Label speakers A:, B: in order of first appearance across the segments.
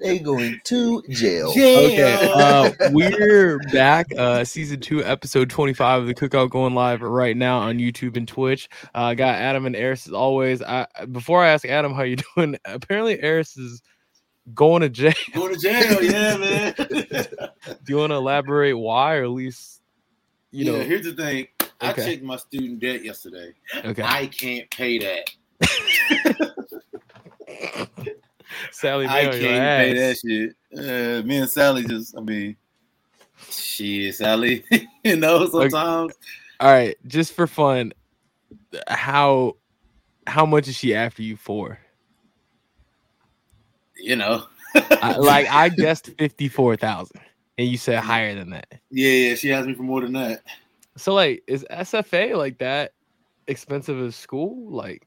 A: they going to jail.
B: Okay, uh, we're back. Uh, season two, episode twenty-five of the Cookout going live right now on YouTube and Twitch. Uh, got Adam and Eris as always. I, before I ask Adam how you doing, apparently Eris is going to jail.
C: Going to jail, yeah, man.
B: Do you want to elaborate why, or at least you
C: yeah,
B: know?
C: here's the thing. I
B: Okay.
C: checked my student debt yesterday.
B: Okay,
C: I can't pay that.
B: Sally,
C: I
B: Mae
C: can't
B: on your
C: pay
B: ass.
C: that shit. Uh, me and Sally just, I mean, shit, Sally. you know, sometimes
B: All right, just for fun, how how much is she after you for?
C: you know.
B: I, like I guessed fifty-four thousand, and you said higher than that.
C: Yeah, yeah, she asked me for more than that.
B: So like, is SFA like that expensive as school? Like,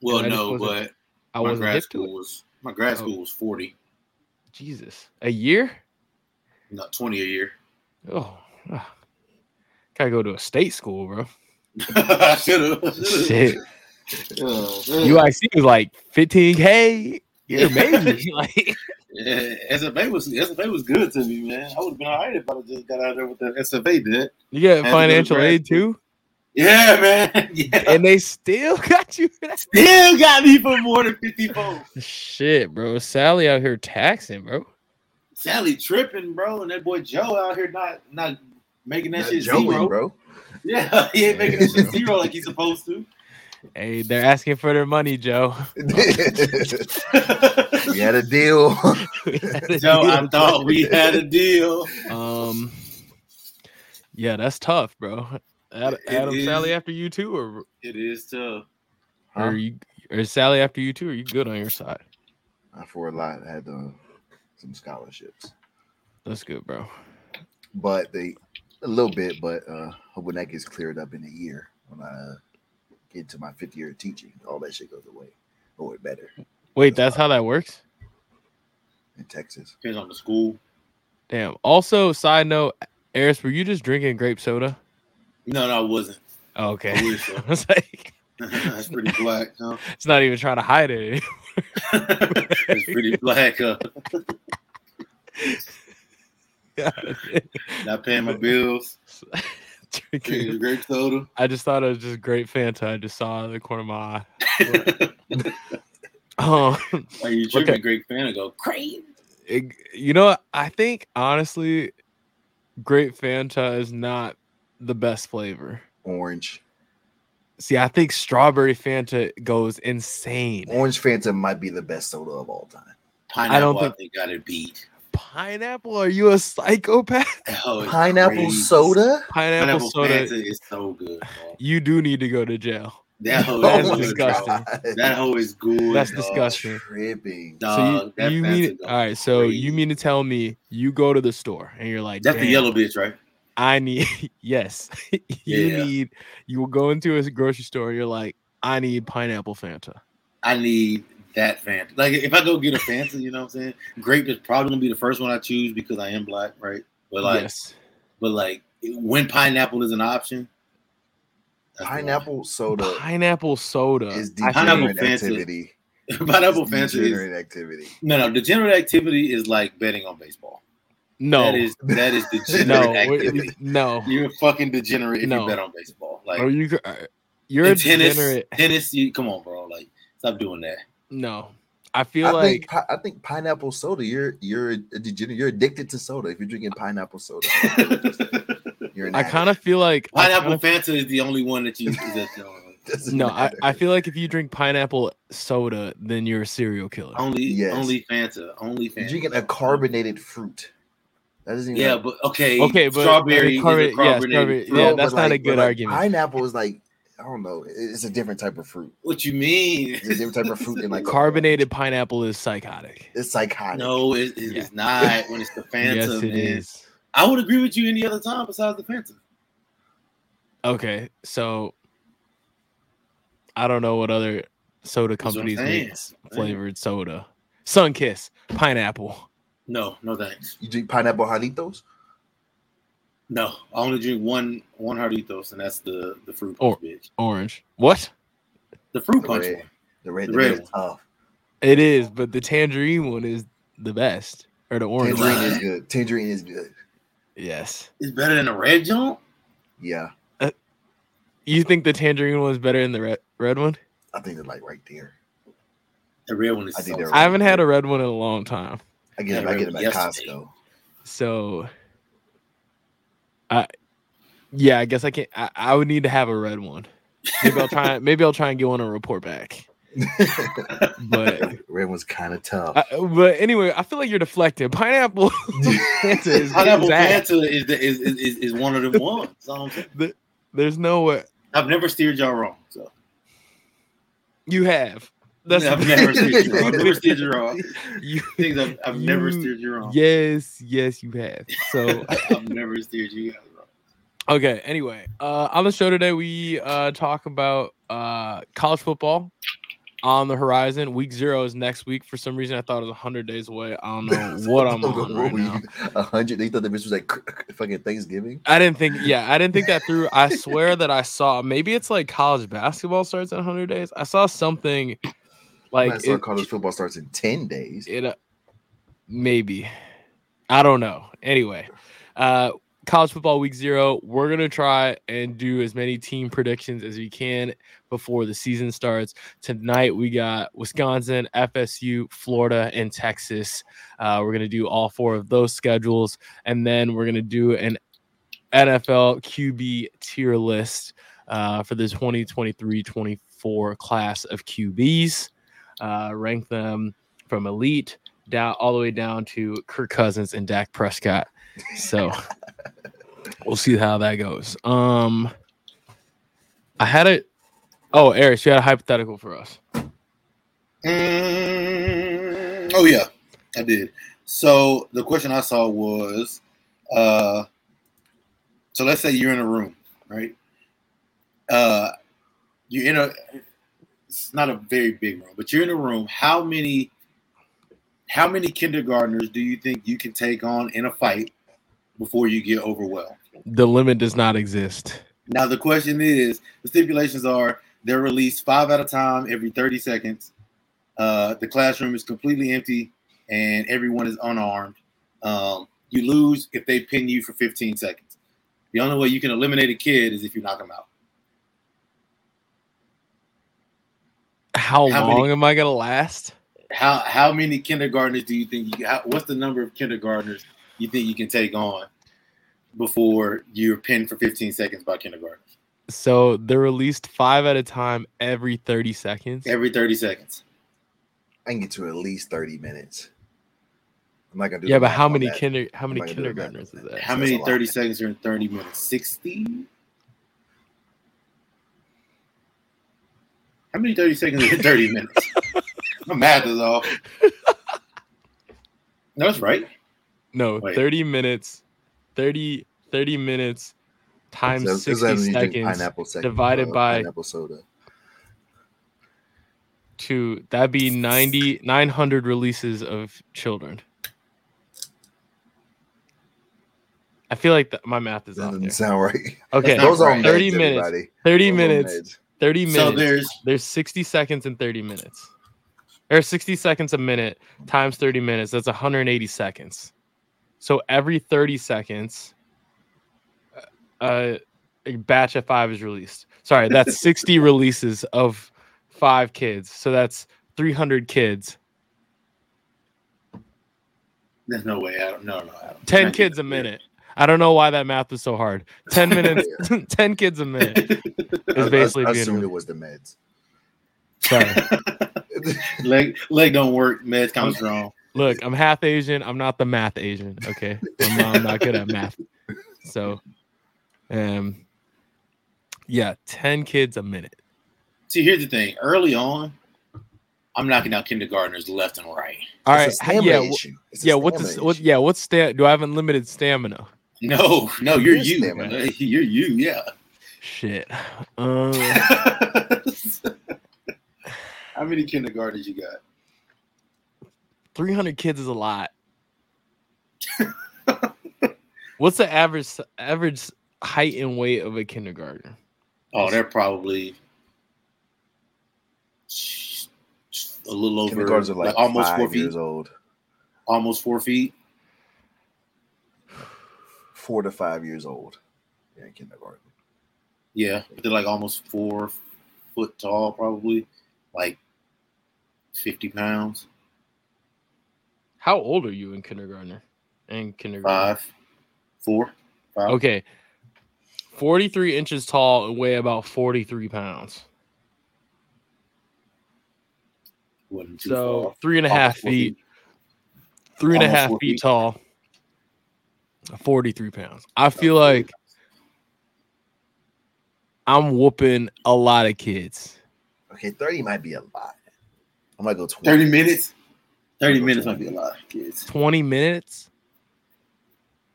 C: Well,
B: And I just
C: no,
B: wasn't-
C: but
B: I
C: my
B: wasn't
C: grad
B: hip to
C: school
B: it.
C: was my grad
B: Oh.
C: school was forty,
B: Jesus, a year?
C: not twenty a year.
B: Oh, ah. gotta go to a state school, bro.
C: I Oh, should have.
B: Shit, UIC was like fifteen k. You're amazing. like,
C: Yeah, SFA was SFA was good to me, man. I would have been all right if I would've just got out of there with the SFA did.
B: you get
C: to
B: financial
C: grad
B: aid too,
C: Yeah, man. Yeah.
B: and they still got you. for that?
C: Still got me for more than 54.
B: Shit, bro. Sally out here taxing, bro.
C: Sally tripping, bro, and that boy Joe out here not not making that
A: Not
C: shit
A: joking,
C: zero.
A: bro.
C: Yeah, he ain't making that shit zero like he's supposed to.
B: Hey, they're asking for their money, Joe.
A: we had a deal.
B: We had a
C: Joe, I
B: deal.
C: thought we had a deal.
B: Um, yeah, that's tough, bro. Adam,
C: It
B: Adam
C: is.
B: Sally after you too, or
C: It is tough.
B: or you or Sally after you too? Or you good on your side?
A: Not for a lot. I had uh, some scholarships,
B: That's good, bro.
A: but they a little bit. But uh, hoping that gets cleared up in a year when I uh, get to my fifth year of teaching. All that shit goes away, or it better
B: Wait, that's how that works.
A: in Texas.
C: Depends on the school.
B: Damn. Also, side note, Eris, were you just drinking grape soda?
C: No, no, I wasn't.
B: Oh,
C: I
B: okay.
C: wish so.
B: I was like,
C: That's pretty black, huh?
B: it's not even trying to hide it.
C: it's pretty black, huh? Not paying my bills.
B: Drinking-
C: Drinking grape soda.
B: I just thought it was just great Fanta. I just saw it in the corner of my eye. Oh,
C: Are you
B: Look
C: tripping?
B: at-
C: Greg Fanta go crazy.
B: it- you know, what? I think honestly, Great Fanta is not the best flavor.
A: Orange,
B: See, I think strawberry Fanta goes insane.
A: orange Phantom might be the best soda of all time.
C: Pineapple,
B: don't
C: I think got it beat.
B: Pineapple? Are you a psychopath?
C: Oh, it's
A: Pineapple
C: crazy.
A: soda.
B: Pineapple,
C: Pineapple
B: soda.
C: Fanta is so good. Bro.
B: You do need to go to jail.
C: That hoe is
B: That's
A: Oh my
C: good,
B: disgusting.
C: dog.
A: God.
C: That hoe is good.
B: That's
C: dog.
B: disgusting.
A: Tripping.
C: Dog,
B: so
C: that
B: you, you
C: Fanta
B: mean
C: go
B: all right? So you
C: crazy.
B: mean to tell me you go to the store and you're like,
C: that's the
B: "Damn,
C: yellow bitch, right?
B: I need yes. you
C: Yeah.
B: need you will go into a grocery store. You're like, I need pineapple Fanta.
C: I need that Fanta. Like if I go get a Fanta, you know what I'm saying? Grape is probably gonna be the first one I choose because I am black, right? But like,
B: yes.
C: but like when pineapple is an option, that's the one.
A: Pineapple soda
B: Pineapple soda.
A: is
B: I think-
C: Pineapple
A: degenerate
C: Fanta.
A: activity.
C: pineapple
A: It's
C: Fanta is
A: degenerate activity.
C: no, no. Degenerate activity is like betting on baseball.
B: no,
C: That is that is degenerate
B: no,
C: activity.
B: we- no.
C: You're a fucking degenerate if
B: No.
C: you bet on baseball. Like
B: Are you? gr- uh, You're a
C: and tennis,
B: degenerate.
C: tennis. You come on, bro. Like stop doing that.
B: No, I feel
A: I
B: like
A: think pi- I think pineapple soda. You're you're a degenerate. You're addicted to soda. If you're drinking pineapple soda, you're an
B: I kind of feel like I
C: Pineapple
B: kinda-
C: Fanta is the only one that you. That's the only,
B: no, I, I feel like if you drink pineapple soda, then you're a serial killer.
C: only,
A: Yes.
C: only Fanta. Only
A: you're
C: Fanta.
A: drinking a carbonated fruit. That doesn't even
C: yeah, but okay.
B: Okay, but
C: strawberry.
B: uh, carbonate-
C: is a
B: yeah,
C: carbonated
B: strawberry-
C: fruit.
B: yeah,
A: No,
B: that's
A: but
B: not
A: like-
B: a
A: but
B: good
A: like
B: argument.
A: Pineapple is like I don't know. it- It's a different type of fruit.
C: What you mean?
A: It's a different type of fruit and like
B: Carbonated pineapple is psychotic.
A: It's psychotic.
C: No, it, it-
B: Yeah.
C: it's not. When it's the Fanta,
B: yes, it is.
C: man. I would agree with you any other time besides the Fanta.
B: Okay, so I don't know what other soda
C: That's what I'm
B: companies
C: saying.
B: make s- flavored soda. Sunkiss, pineapple.
C: No, no thanks.
A: You drink pineapple jalitos.
C: No, I only drink one one Jarditos, and that's the the fruit punch
B: Or-
C: bitch.
B: Orange. What?
C: The fruit
A: The
C: punch
A: red.
C: one.
A: The red,
C: The
A: the red
C: red
A: is tough.
B: It is, but the tangerine one is the best, or the orange.
C: Tangerine.
A: Tangerine is good. Tangerine is good.
B: Yes.
C: It's better than the red joint.
A: Yeah,
B: You think the tangerine one is better than the red red one?
A: I think they're like right there.
C: The red one is.
A: I think
C: so-
A: they're-
B: I haven't had a red one in a long time,
A: I get them, I get them at
C: Yesterday.
A: Costco.
B: so. I, yeah, I guess I can. I, I would need to have a red one. Maybe I'll try. maybe I'll try and get one and report back. But
A: Red one's kind of tough.
B: I, but anyway, I feel like you're deflected. Pineapple Fanta is
C: Pineapple
B: exact.
C: Fanta is, the, is, is is is one of the ones. That's all I'm saying.
B: There's no way
C: I've never steered y'all wrong. So
B: you have. That's
C: I've never steered you wrong. I've never steered you wrong.
B: you.
C: Things I've, I've never
B: You-
C: steered you wrong.
B: Yes, yes, you have. So
C: I've never steered you guys wrong.
B: okay. Anyway, uh, on the show today, we uh, talk about uh, college football on the horizon. Week zero is next week. For some reason, I thought it was hundred days away. I don't know what I'm on right now.
A: A hundred. They thought the bitch was like fucking Thanksgiving.
B: I didn't think, yeah, I didn't think that through. I swear that I saw maybe it's like college basketball starts in 100 days. I saw something like
A: I saw
B: it,
A: college football starts in ten days.
B: it, uh, maybe I don't know. Anyway, uh, college football week zero, we're gonna try and do as many team predictions as we can before the season starts. Tonight, we got Wisconsin, FSU, Florida, and Texas. Uh, we're gonna do all four of those schedules, and then we're gonna do an NFL QB tier list uh, for the 2023-24 class of QBs. Uh, rank them from elite down all the way down to Kirk Cousins and Dak Prescott. So we'll see how that goes. Um, I had a oh, Eric, you had a hypothetical for us.
C: Mm, oh yeah, I did. So the question I saw was, uh, so let's say you're in a room, right? Uh, you're in a, it's not a very big room, but you're in a room. How many, how many kindergartners do you think you can take on in a fight before you get overwhelmed?
B: The limit does not exist.
C: Now the question is, the stipulations are they're released five at a time every 30 seconds. Uh, the classroom is completely empty and everyone is unarmed. Um, you lose if they pin you for 15 seconds. The only way you can eliminate a kid is if you knock them out.
B: How,
C: How many-
B: long am I gonna last?
C: How how many kindergartners do you think you how, what's the number of kindergartners you think you can take on before you're pinned for 15 seconds by kindergartners?
B: So they're released five at a time every 30 seconds.
C: Every 30 seconds.
A: I can get to at least thirty minutes. I'm not gonna do.
B: yeah,
A: the
B: but
A: math
B: how
A: on
B: many
A: that.
B: kinder how many
A: might do the math on
B: kindergartners is
A: that.
B: that?
C: How
A: That's a
C: many
A: lot.
C: 30 seconds are in 30 minutes? 60? How many 30 seconds are in 30 minutes? My math is off. No, That's right.
B: No,
C: Wait.
B: 30 minutes, 30, 30 minutes times
A: So- so
B: 60
A: that means you drink
B: seconds
A: pineapple second,
B: divided by-
A: pineapple soda.
B: to that'd be 90, 900 releases of children. I feel like th- my math is
A: That
B: off.
A: doesn't
B: Here.
A: sound right.
B: Okay,
C: That's not
A: Those are
C: right.
A: meds,
B: 30 minutes,
A: everybody.
B: 30
A: Those are
B: minutes,
A: meds.
B: 30 minutes.
C: So there's
B: there's 60 seconds and 30 minutes. Or 60 seconds a minute times 30 minutes. That's 180 seconds. So every 30 seconds, uh, a batch of five is released. Sorry, that's 60 releases of five kids. So that's 300 kids.
C: there's no way. I don't know. No, I don't-
B: 10 kids a minute. I don't know why that math was so hard. 10 minutes, 10 kids a minute
A: I- I-
B: is basically
A: I,
B: being
A: assumed it
B: released.
A: was the meds.
B: Sorry.
C: leg leg don't work. Meds comes strong.
B: Look, I'm half Asian. I'm not the math Asian. Okay, I'm not, I'm not good at math. So, um, yeah, ten kids a minute.
C: See, here's the thing. Early on, I'm knocking out kindergartners left and right.
B: All right,
A: It's a
B: ha-
A: stamina
B: yeah, w-
A: issue. It's a
B: yeah. What's the
A: stamina
B: s- what?
A: issue.
B: Yeah, what's sta- Do I have unlimited stamina?
C: No, no, you're
A: Yes,
C: you.
A: damn
C: You're you. Yeah.
B: Shit. Um,
C: How many kindergartners you got?
B: three hundred kids is a lot. what's the average s- average s- height and weight of a kindergartner?
C: Oh, they're probably a little over
A: Kindergartens are like,
C: almost
A: five
C: four feet,
A: years old,
C: almost four feet.
A: four to five years old. Yeah, kindergarten.
C: Yeah, they're like almost four foot tall, probably like fifty pounds,
B: How old are you in kindergartner? In kindergarten.
C: five, four. five.
B: Okay. 43 inches tall and weigh about 43 pounds.
C: Wasn't too far
B: So
C: off.
B: three and a half
C: Almost four
B: feet, three and a
C: Almost
B: half
C: four
B: feet
C: feet.
B: tall, 43 pounds. I feel like I'm whooping a lot of kids.
A: Okay, thirty might be a lot. I might go twenty.
C: Thirty minutes. Thirty minutes might be a lot, kids.
B: 20 minutes?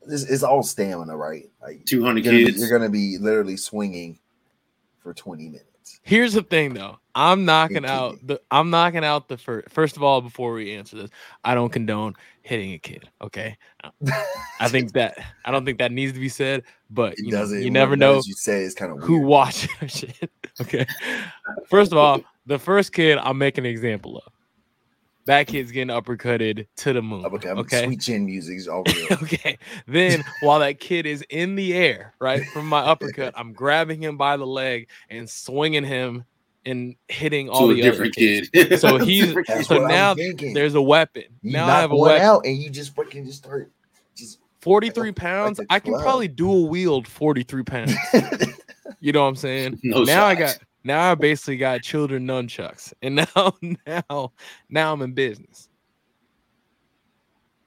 A: It's, it's all stamina, right? Like
C: Two
A: you're
C: hundred
A: gonna, be,
C: kids.
A: you're gonna be literally swinging for twenty minutes.
B: Here's the thing though. I'm knocking
A: Big
B: out
A: kid.
B: the I'm knocking out the first first of all before we answer this, I don't condone hitting a kid, okay? Uh, I think that I don't think that needs to be said, but
A: It
B: you, know,
A: doesn't.
B: you never know
A: You say it's kind of
B: who watched that shit. Okay. First of all, the first kid I'm making an example of. That kid's getting uppercutted to the moon.
A: Okay, I'm
B: okay.
A: sweet chin music is all real.
B: Okay. Then while that kid is in the air, right from my uppercut, I'm grabbing him by the leg and swinging him and hitting all
C: to a
B: the other
C: different
B: kids.
C: kid.
B: So he's-
C: Different kid.
A: That's
B: So
A: what
B: now
A: I'm thinking.
B: There's a weapon.
A: you
B: now
A: knock
B: I have a
A: one
B: weapon.
A: out and you just fucking just start just
B: 43 pounds.
A: a
B: I can
A: club.
B: probably dual wield 43 pounds. You know what I'm saying?
C: No
B: now I got
C: shots.
B: now I basically got children nunchucks, and now now now I'm in business.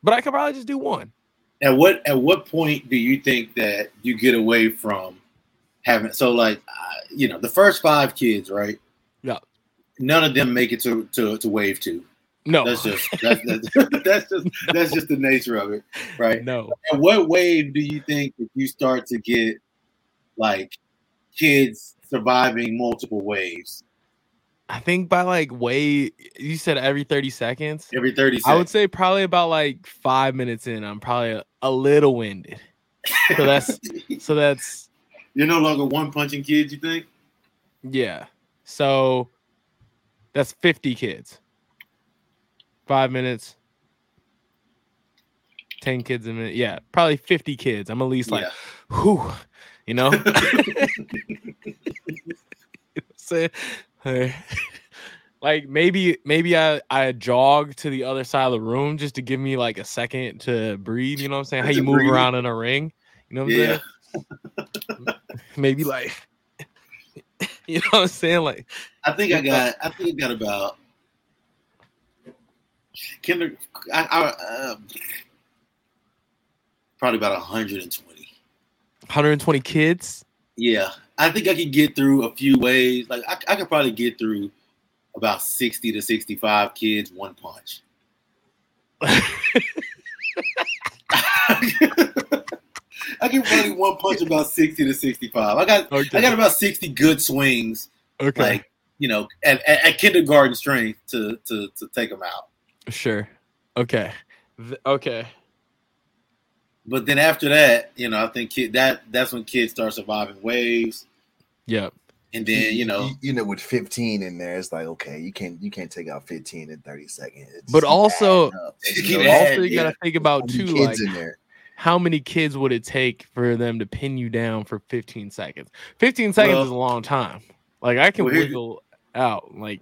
B: But I could probably just do one.
C: At what at what point do you think that you get away from having so like uh, you know the first five kids right?
B: Yeah.
C: None of them make it to to, to wave two.
B: No,
C: That's just that's, that's, that's just that's just the nature of it, right?
B: no.
C: At what wave do you think that you start to get like kids surviving multiple waves
B: I think by like way you said every 30 seconds.
C: every thirty
B: I would
C: seconds?
B: say probably about like five minutes in, I'm probably a, a little winded. So that's so that's
C: You're no longer one punching kids. You think?
B: yeah. So that's 50 kids. Five minutes. 10 kids a minute. Yeah, probably 50 kids. I'm at least like
C: yeah.
B: whew, you know? Say, hey. like maybe maybe I, I jog to the other side of the room just to give me like a second to breathe, you know what I'm saying? How
C: Just
B: you
C: to
B: move
C: breathe.
B: around in a ring, you know what I'm
C: Yeah.
B: saying? maybe like you know what I'm saying? Like
C: I think I got. I think I got about kinder. I, I, uh, probably about 120.
B: 120 kids.
C: Yeah, I think I could get through a few ways. Like I, I could probably get through about 60 to 65 kids one punch. I can probably one punch about 60 to 65. I got.
B: Okay.
C: I got about 60 good swings
B: okay.
C: like you know at, at, at kindergarten strength to to to take them out
B: sure. Okay. Th- okay.
C: but then after that you know i think kid that that's when kids start surviving waves
B: Yep.
C: and then you know
A: you, you know with 15 in there it's like okay you can't you can't take out 15 in 30 seconds It's
B: But
A: just
B: also-
A: adding up.
C: You
A: It's
C: keep
A: no-
C: adding
B: also you
C: yeah.
B: gotta think about
A: two
B: too
A: kids
B: like
A: in there
B: how many kids would it take for them to pin you down for 15 seconds? 15 seconds
C: Well-
B: is a long time. Like I can
C: Well, here's-
B: wiggle out. Like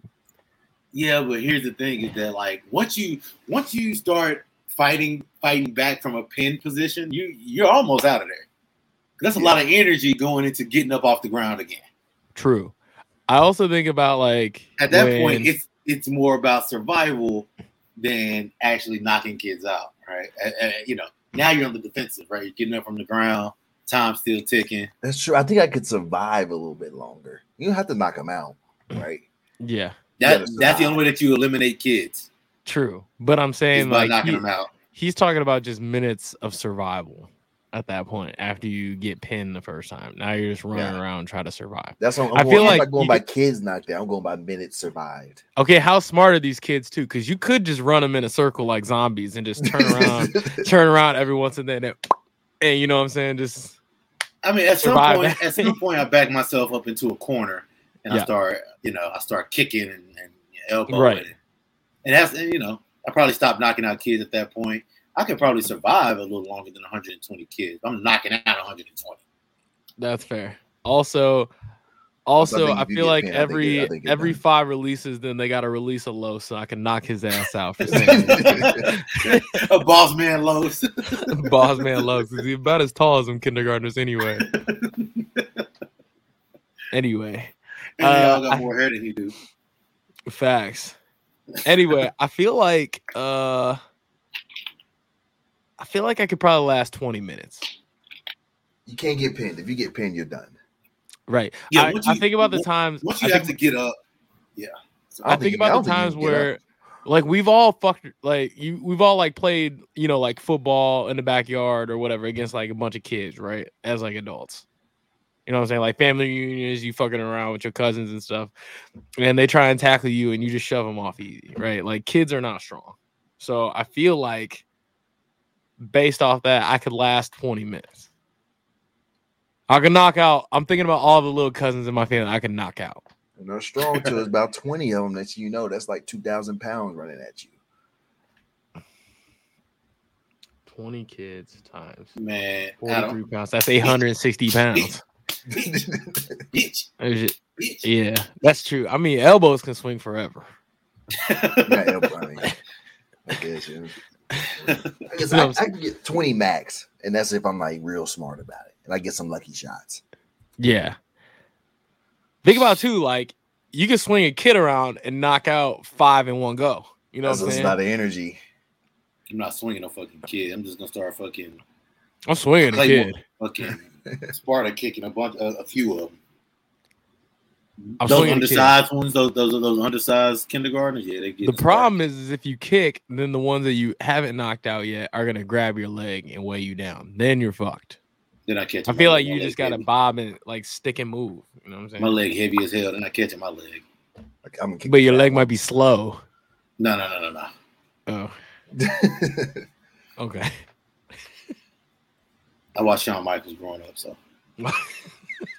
C: yeah but here's the thing is that like once you once you start fighting fighting back from a pin position you you're almost out of there that's a lot of energy going into getting up off the ground again
B: true. I also think about like
C: at that
B: when-
C: point it's it's more about survival than actually knocking kids out right Uh, uh, you know now you're on the defensive right you're getting up from the ground time's still ticking
A: that's true i think i could survive a little bit longer you don't have to knock them out
B: Mm.
A: right
B: yeah,
A: gotta
C: that, that's the
A: survive.
C: only way that you eliminate kids
B: true. But I'm
C: is
B: saying
C: by
B: like
C: knocking
B: he-
C: them out
B: he's talking about just minutes of survival at that point after you get pinned the first time. Now you're just running
A: Yeah.
B: around trying to survive.
A: that's what i'm,
B: I
A: going,
B: feel
A: I'm
B: like
A: not going
B: you
A: by kids knocked out i'm going by minutes survived
B: Okay, how smart are these kids too? Because you could just run them in a circle like zombies and just turn around, turn around every once and then, and, and you know what I'm saying? Just
C: i mean at some
B: Survive
C: point at some point i back myself up into a corner and
B: Yeah.
C: i start you know i start kicking and, and elbowing
B: Right.
C: and And that's and, you know, I probably stopped knocking out kids at that point. I could probably survive a little longer than 120 kids. I'm knocking out 120.
B: That's fair. Also, also,
A: think
B: I
A: if you
B: feel
A: get
B: like
A: paid, I think it- I
B: every
A: think it
B: every
A: done.
B: five releases, then they got to release a low, so I can knock his ass out for saying
C: a boss man lows.
B: boss man loves. He's about as tall as them kindergartners anyway. Anyway,
C: And they all
B: Uh,
C: got
B: I-
C: more hair than he do.
B: facts. Anyway, I feel like uh, I feel like I could probably last twenty minutes.
A: You can't get pinned. If you get pinned, you're done.
B: Right.
C: Yeah,
B: I,
C: once
B: I
C: you-
B: think about the
C: once-
B: times.
C: Once
B: I
C: you
B: think
C: have to get up, yeah.
A: I don't
B: I, think
A: think you- I
B: about
A: don't think
B: the
A: you
B: times
A: can get up.
B: where like we've all fucked like you we've all like played, you know, like football in the backyard or whatever against like a bunch of kids, right? As like adults. You know what I'm saying? Like family reunions, you fucking around with your cousins and stuff. And they try and tackle you and you just shove them off easy, right? Like kids are not strong. So I feel like based off that, I could last 20 minutes. I could knock out. I'm thinking about all the little cousins in my family I could knock out.
A: And they're strong too. It's about 20 of them that you know. That's like 2,000 pounds running at you.
B: 20 kids times
C: Man, I don't.
B: 43 pounds. That's 860 pounds.
C: Bitch,
B: There's just-
C: bitch.
B: yeah, that's true. I mean, elbows can swing forever.
A: Not elbow, I mean, I guess, yeah. I, guess
B: You know
A: I,
B: what
A: I can get 20 max, and that's if I'm like real smart about it. And I get some lucky shots.
B: Yeah. Think about too, like you can swing a kid around and knock out five in one go. You know
A: That's
B: what I'm
A: just
B: saying?
A: not the energy.
C: I'm not swinging no fucking kid. I'm just gonna start fucking
B: I'm swinging a
C: Claymore.
B: kid.
C: fucking Sparta kicking a bunch, a, a few of them.
B: I'm
C: those
B: swinging a kid.
C: undersized ones, those those those undersized kindergartners, yeah, they get
B: The problem is, is if you kick, then the ones that you haven't knocked out yet are gonna grab your leg and weigh you down. Then you're fucked.
C: Then I catch.
B: I
C: my
B: feel like
C: leg, my
B: you
C: leg
B: just gotta
C: heavy.
B: bob and like stick and move. You know what
C: My
B: I'm saying?
C: leg heavy as hell. Then I catch it, my leg.
A: Like, I'm gonna kick
B: But your
A: your
B: leg might be slow.
C: No, no, no, no, no.
B: Oh,
A: ass.
B: okay.
C: I watched Shawn Michaels growing up, so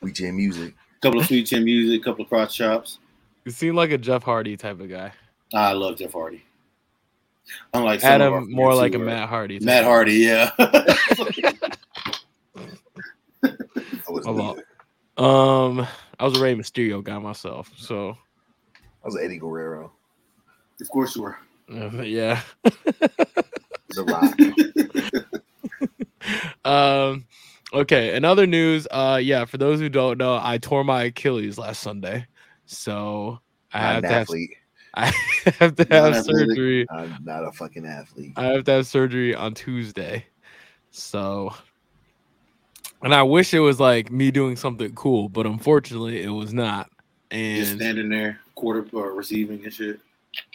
A: we jam music.
C: couple of sweet chin music, couple of cross chops.
B: You seem like a Jeff Hardy type of guy.
C: I love Jeff Hardy. Unlike some of our
B: Adam, more
C: friends
B: like a
C: who are-
B: Matt Hardy. type.
C: Matt Hardy, yeah.
A: I was,
B: A lot.
A: I
B: Um, I was a Rey Mysterio guy myself, so
A: was Eddie Guerrero,
C: of course you were.
B: um, yeah.
A: The
B: Oh,
A: Rock.
B: Um, okay. In other news, uh, yeah. For those who don't know, I tore my Achilles last Sunday, so I
A: I'm
B: have
A: an
B: to have,
A: athlete.
B: I have to
C: Not
B: have
C: athletic.
B: surgery.
A: I'm not a fucking athlete.
B: I have to have surgery on Tuesday. So, and I wish it was like me doing something cool, but unfortunately, it was not.
C: Just
B: And
C: standing there, quarter or receiving and shit.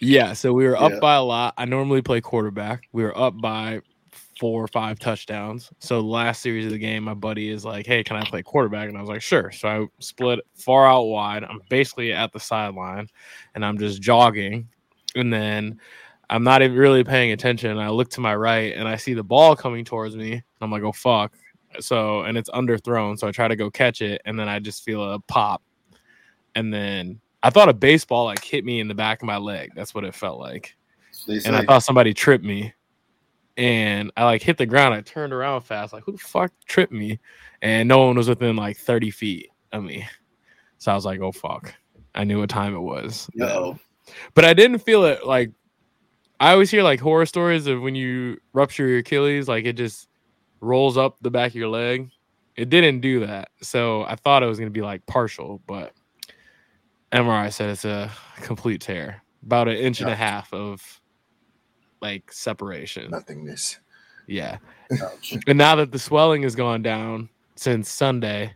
B: yeah, so we were up
C: Yeah.
B: by a lot. I normally play quarterback. We were up by four or five touchdowns. So the last series of the game, my buddy is like, "Hey, can I play quarterback?" And I was like, "Sure." So I split far out wide. I'm basically at the sideline, and I'm just jogging, and then I'm not even really paying attention. I look to my right, and I see the ball coming towards me. And I'm like, "Oh fuck!" So and it's underthrown. So I try to go catch it, and then I just feel a pop, and then I thought a baseball like hit me in the back of my leg. That's what it felt like
C: They say,
B: and I thought somebody tripped me. And I like hit the ground. I turned around fast, like who the fuck tripped me? And no one was within like thirty feet of me. So I was like, oh fuck. I knew what time it was.
C: uh-oh.
B: But I didn't feel it like I always hear like horror stories of when you rupture your Achilles, like it just rolls up the back of your leg. It didn't do that. So I thought it was gonna be like partial, but MRI said it's a complete tear. About an inch and
C: Yeah.
B: a half of like separation.
A: Nothingness.
B: Yeah.
C: Ouch.
B: And now that the swelling has gone down since Sunday,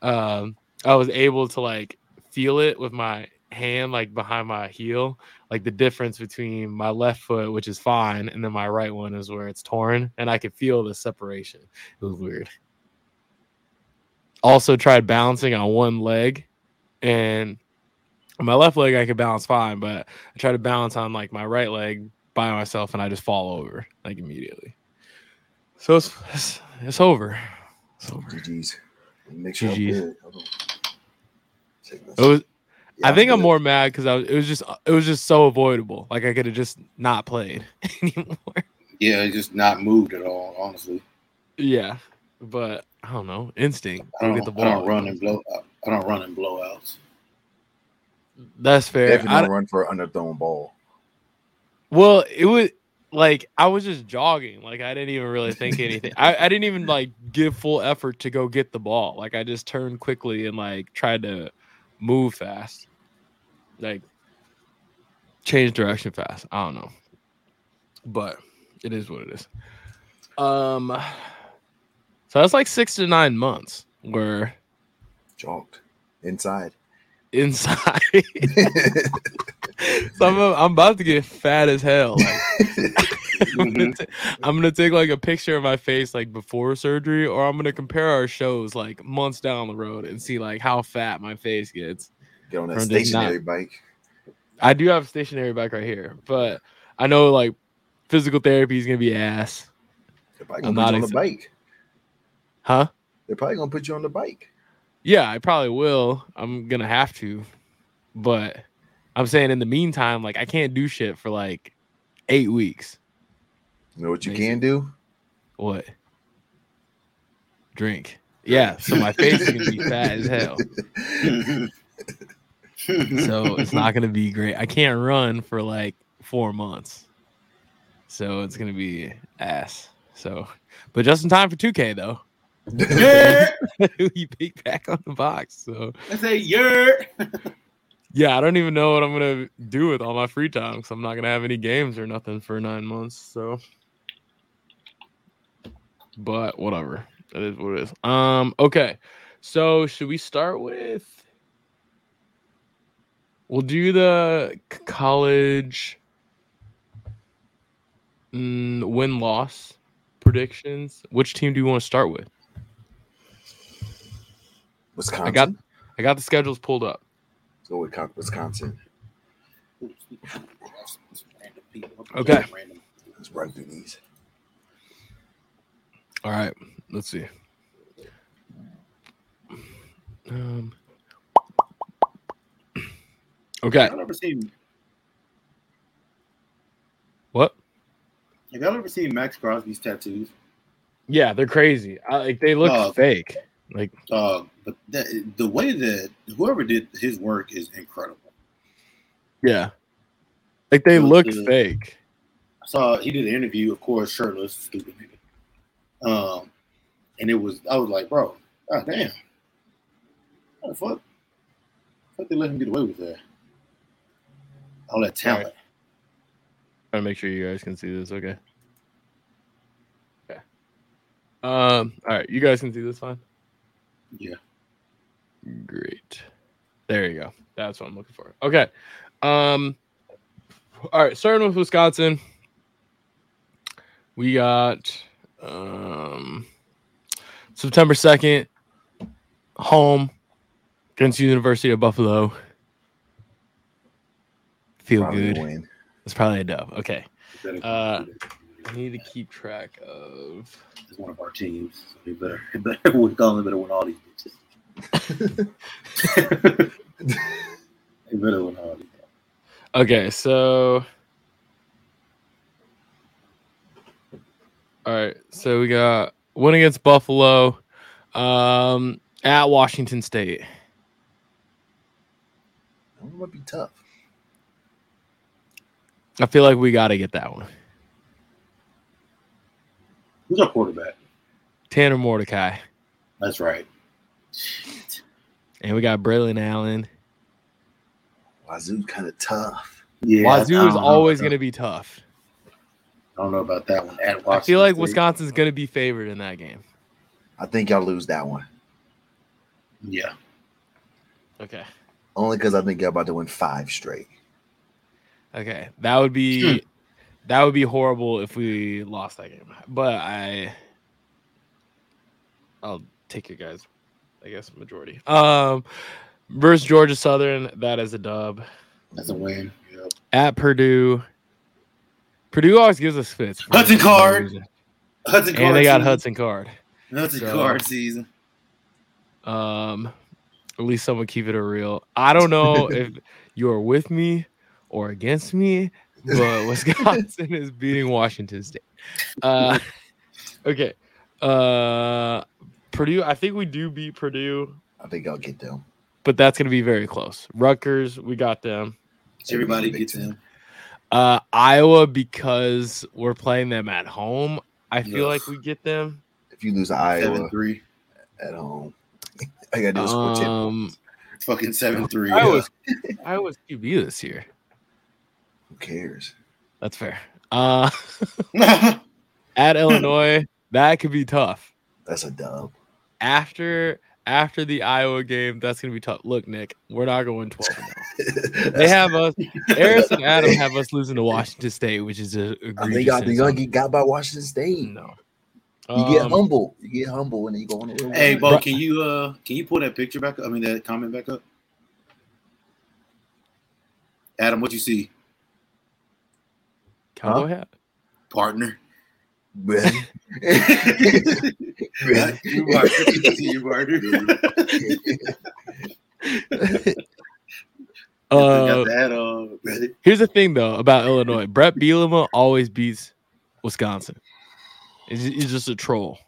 B: um, I was able to like feel it with my hand, like behind my heel, like the difference between my left foot, which is fine, and then my right one is where it's torn, and I could feel the separation. It was weird. Also tried balancing on one leg, and on my left leg I could balance fine, but I tried to balance on like my right leg by myself, and I just fall over like immediately. So it's it's, it's over. It's over.
A: GG's. Make sure I'm
B: GG's.
A: good. Hold on. Check this.
B: It was I think I'm more mad because I was, it was just it was just so avoidable. Like I could have just not played anymore.
C: Yeah, it's just not moved at all, honestly.
B: Yeah, but I don't know instinct.
C: I
B: Go
C: don't,
B: get the
C: I don't
B: ball.
C: run and blow. uh, I don't run and blowouts.
B: That's fair.
A: Definitely
B: I,
A: don't run for an underthrown ball.
B: well, it was like I was just jogging. Like I didn't even really think anything. I, I didn't even like give full effort to go get the ball. Like I just turned quickly and like tried to move fast, like change direction fast. I don't know, but it is what it is. Um, so that's like six to nine months where
A: Chalked inside.
B: inside. so I'm, I'm about to get fat as hell. Like, I'm, gonna ta- I'm gonna take like a picture of my face like before surgery, or I'm gonna compare our shows like months down the road and see like how fat my face gets.
A: Get on
B: Or
A: that
B: just
A: stationary bike.
B: I do have a stationary bike right here, but I know like physical therapy is gonna be ass,
A: They're probably
B: I'm
A: gonna put
B: not
A: you on the
B: excited.
A: bike.
B: huh?
A: They're probably gonna put you on the bike.
B: Yeah, I probably will. I'm gonna have to, but I'm saying in the meantime, like I can't do shit for like eight weeks.
A: You know what you
B: Amazing.
A: can do?
B: What? Drink. Yeah, so my face is gonna be fat as hell. So it's not gonna be great. I can't run for like four months. So it's gonna be ass. So but just in time for 2K though.
C: yeah.
B: you pick back on the box. So
C: I say yeah.
B: yeah, I don't even know what I'm gonna do with all my free time because I'm not gonna have any games or nothing for nine months. So but whatever. That is what it is. Um, okay. So should we start with we'll do the c- college mm, win loss predictions. Which team do you want to start with?
A: Wisconsin.
B: I got the schedules pulled up.
A: Go with Con- Wisconsin.
B: Okay.
A: Let's run through these.
B: All right, let's see. Um, okay,
C: Y'all ever seen?
B: what?
C: Have y'all ever seen Max Crosby's tattoos?
B: Yeah, they're crazy. I, like they look
C: No.
B: fake. Like
C: Uh, but the, the way that whoever did his work is incredible.
B: yeah, like they
C: Those
B: look
C: dudes.
B: fake.
C: I saw he did an interview, of course, shirtless, stupid nigga. Um, and it was I was like, bro, god damn, how the fuck, fuck they let him get away with that? All that talent.
B: Trying to make sure you guys can see this. Okay. Okay. Um. All right, you guys can see this fine.
C: Yeah.
B: Great. There you go. That's what I'm looking for. Okay. Um all right, starting with Wisconsin. We got um September 2nd, home against University of Buffalo. Feel
A: Probably
B: good.
A: win.
B: It's probably a dub. Okay.
C: Better come
B: Uh,
C: do that.
B: I need to keep track of
C: It's one of our teams. So they better, they better win. They better win all these bitches. they better win all these.
B: Okay, so. All right, so we got win against Buffalo, um, at Washington State.
A: That one might be tough.
B: I feel like we got to get that one.
C: Who's our quarterback?
B: Tanner Mordecai,
C: That's right.
B: and we got Braylon Allen.
A: Wazoo kind of tough.
C: Yeah, I- I
B: Wazoo
C: don't
B: is
C: know.
B: always going to be tough.
C: I don't know about that one. At
B: I
C: Washington
B: feel like
C: State.
B: Wisconsin's going to be favored in that game.
A: I think y'all lose that one.
C: Yeah,
B: Okay,
A: Only because I think y'all about to win five straight.
B: okay, that would
C: Hmm.
B: be that would be horrible if we lost that game. But I, I'll take your guys. I guess majority. Um, versus Georgia Southern, that is a dub.
C: that's a win. Yeah.
B: At Purdue, Purdue always gives us fits. for
C: Hudson
B: no
C: Card.
B: reason.
C: Hudson
B: and they got
C: season.
B: Hudson Card.
C: Hudson
B: so-
C: Card season.
B: Um, At least someone keep it a real. I don't know if you're with me or against me, but Wisconsin is beating Washington State. Uh, okay. Uh, Purdue, I think we do beat Purdue,
A: I think I'll get them.
B: but that's going to be very close. Rutgers, we got them.
C: Everybody gets in.
B: Uh, Iowa, because we're playing them at home, I feel
C: Yeah.
B: like we get them.
A: If you lose to
C: Seven
A: Iowa
C: three.
A: at home, I gotta do a score ten.
B: Um,
C: Fucking seven three.
B: I
C: Yeah.
B: was I was QB this year.
A: Who cares?
B: That's fair. Uh,
C: yeah,
B: at Illinois, that could be tough.
A: That's a dub.
B: After after the Iowa game, that's gonna be tough. Look, Nick, we're not going twelve. and oh. They
A: That's-
B: have us. Harris and Adam have us losing to Washington State, which is a
A: I think y'all think y'all
B: insult.
A: get Oh, got by Washington State.
B: no.
A: You get
B: Um,
A: humble. You get humble, and then you go on a little.
C: Hey,
A: run.
C: Bo, can you uh can you pull that picture back up? I mean that comment back up. Adam, what you see,
B: cowboy hat.
C: partner?
A: Really?
C: Right?
A: Really?
C: you are. You see your partner.
B: Uh,
C: got that uh, on, brother.
B: here's the thing though about Illinois: Brett Bielema always beats Wisconsin. He's he's just a troll.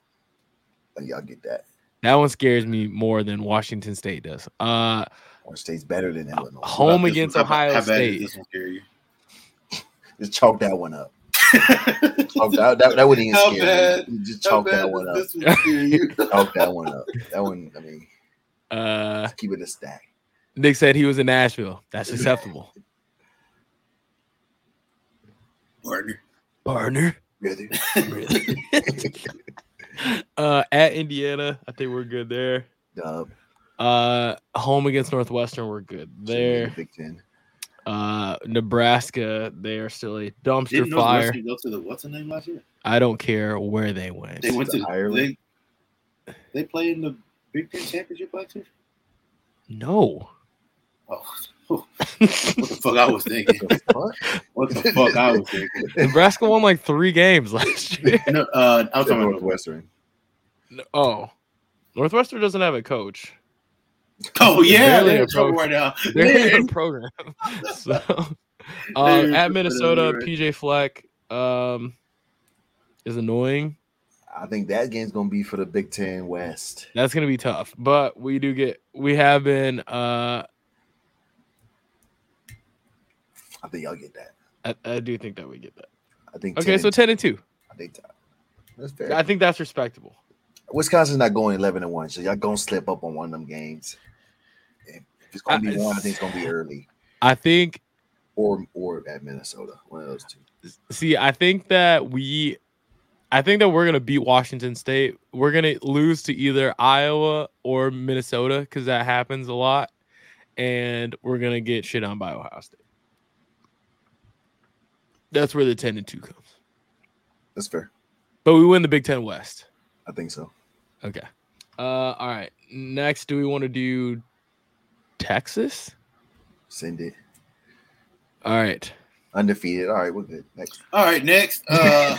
A: y'all get that.
B: That one scares me more than Washington State does. Uh,
A: Orange State's better than Illinois.
B: home
C: About this
B: against
C: one, how-
B: Ohio
C: how bad did
B: State.
C: This one scare you.
A: Just chalk that one up. Chalk that, that, that wouldn't even
C: How
A: scare me. Just
C: How
A: chalk
C: bad
A: that one up.
C: did Oh, this one scare you?
A: Chalk that one up. That one. I mean,
B: uh,
A: keep it a stack.
B: Nick said he was in Nashville. That's acceptable,
C: partner.
B: partner.
A: Really?
B: Uh, at Indiana, I think we're good there.
A: Dub.
B: Uh, home against Northwestern, we're good there.
A: Big Ten.
B: Uh, Nebraska, they are still a dumpster
C: Didn't
B: fire.
C: Northwestern go to the what's her name last year?
B: I don't care where they went.
C: They went
A: The
C: to
A: Ireland?
C: they, they played in the Big Ten championship last year.
B: no,
C: Oh, what the fuck I was thinking.
A: What?
C: What the fuck I was thinking.
B: Nebraska won like three games last year.
C: No, uh, I was talking about
A: Northwestern.
B: No- oh, Northwestern doesn't have a coach.
C: Oh yeah,
B: Barely
C: they're in
B: approached.
C: trouble right now.
B: They're
C: Man,
B: in program. So, uh,
C: They're
B: at
C: in
B: Minnesota,
C: program.
B: PJ Fleck um, is annoying.
A: I think that game's gonna be for the Big Ten West.
B: That's gonna be tough, but we do get. We have been. Uh,
A: I think y'all get that.
B: I, I do think that we get that.
A: I think.
B: Okay,
A: 10
B: so ten and two.
A: I think that's fair.
B: I think that's respectable.
A: Wisconsin's not going eleven and one, so y'all gonna slip up on one of them games. If it's gonna be
B: I-
A: one, I think it's gonna be early
B: I think.
A: or or at Minnesota, one of those two.
B: See, I think that we. I think that we're gonna beat Washington State. We're gonna lose to either Iowa or Minnesota because that happens a lot, and we're gonna get shit on by Ohio State. That's where the ten and two comes.
A: That's fair.
B: But we win the Big Ten West.
A: I think so.
B: Okay. Uh, all right. Next, do we want to do Texas?
A: Send it
B: All right.
A: undefeated. All right, we're good. Next.
C: All right, next. Uh,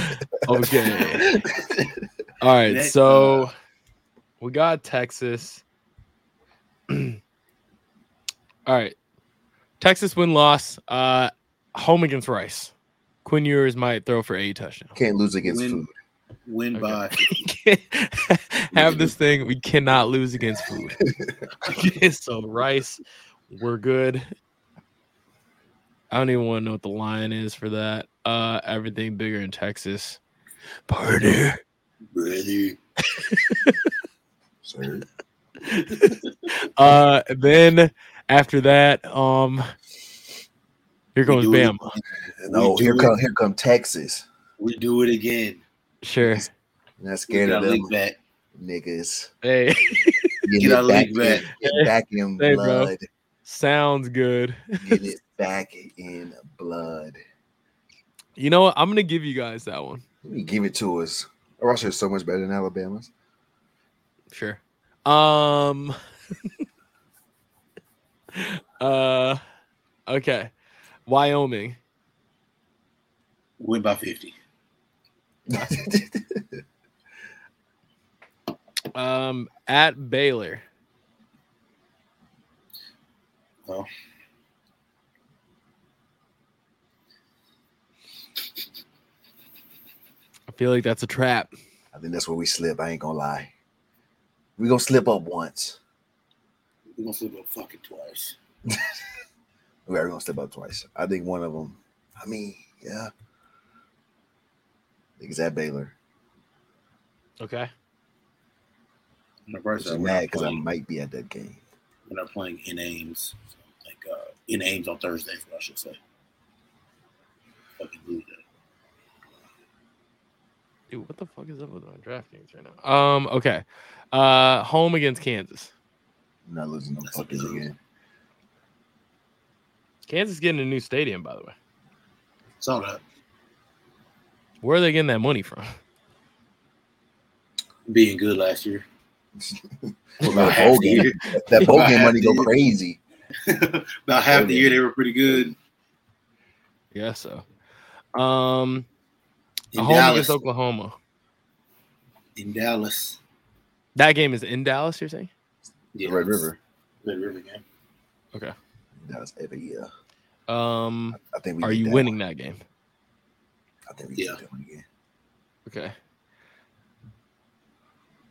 B: Okay. All right,
C: Next,
B: so we got Texas. All right, Texas win loss. Uh, home against Rice. Quinn Ewers might throw for a touchdown.
A: Can't lose against
C: Win.
A: food.
C: win
B: Okay.
C: by.
B: Have this thing. We cannot lose against food. Okay, so Rice, we're good. I don't even want to know what the line is for that. Uh, everything bigger in Texas. Partner.
C: Brother.
A: Sir.
B: Uh, then after that, um,
C: We
B: here goes
C: do it
B: Bam.
C: again.
A: No,
C: We
A: Oh, here
C: do it-
A: come here come Texas.
C: We do it again.
B: Sure.
A: And that's
C: Get
A: scared
C: our
A: of them
C: league back.
A: niggas.
B: Hey,
A: Getting
C: our
A: it back,
C: league back.
A: in- getting back in
B: Hey, bro.
A: blood.
B: sounds good.
A: Get it back in blood.
B: You know what? I'm gonna give you guys that one.
A: Let me give it to us. Our roster is so much better than Alabama's.
B: Sure. Um. uh. Okay. Wyoming.
C: Win by fifty.
B: Um. At Baylor.
C: No.
B: I feel like that's a trap.
A: I think that's where we slip. I ain't gonna lie. We gonna slip up once.
C: We're gonna slip up fucking twice.
A: We are gonna slip up twice. I think one of them. I mean, yeah. I think it's at Baylor.
B: Okay.
C: And the price
A: Which is
C: we're
A: mad
C: not
A: because I
C: playing,
A: might be at that game.
C: we're not playing in Ames, like uh, in Ames on Thursday, is what I should say. Fucking lose that.
B: Dude, what the fuck is up with my DraftKings right now? Um, okay. Uh home against Kansas.
A: I'm not losing no
C: That's a
A: fuckers
C: good one.
A: again.
B: Kansas getting a new stadium, by the way.
C: Saw that
B: Where are they getting that money from?
C: being good last year.
A: That bowl game, that bowl
C: About
A: game
C: half
A: money go
C: the-
A: crazy.
C: About half the year, they were pretty good.
B: Yeah, so. Um
C: In
B: home
C: Dallas,
B: against Oklahoma.
C: in Dallas,
B: That game is in Dallas, you're saying?
A: The
C: yeah,
A: Red River.
C: Red River game.
A: That's every year.
B: Um
A: I think we.
B: are
A: get
B: you
A: that
B: winning
A: one.
B: that game?
A: I think we
C: Yeah.
A: get that one again.
B: Okay.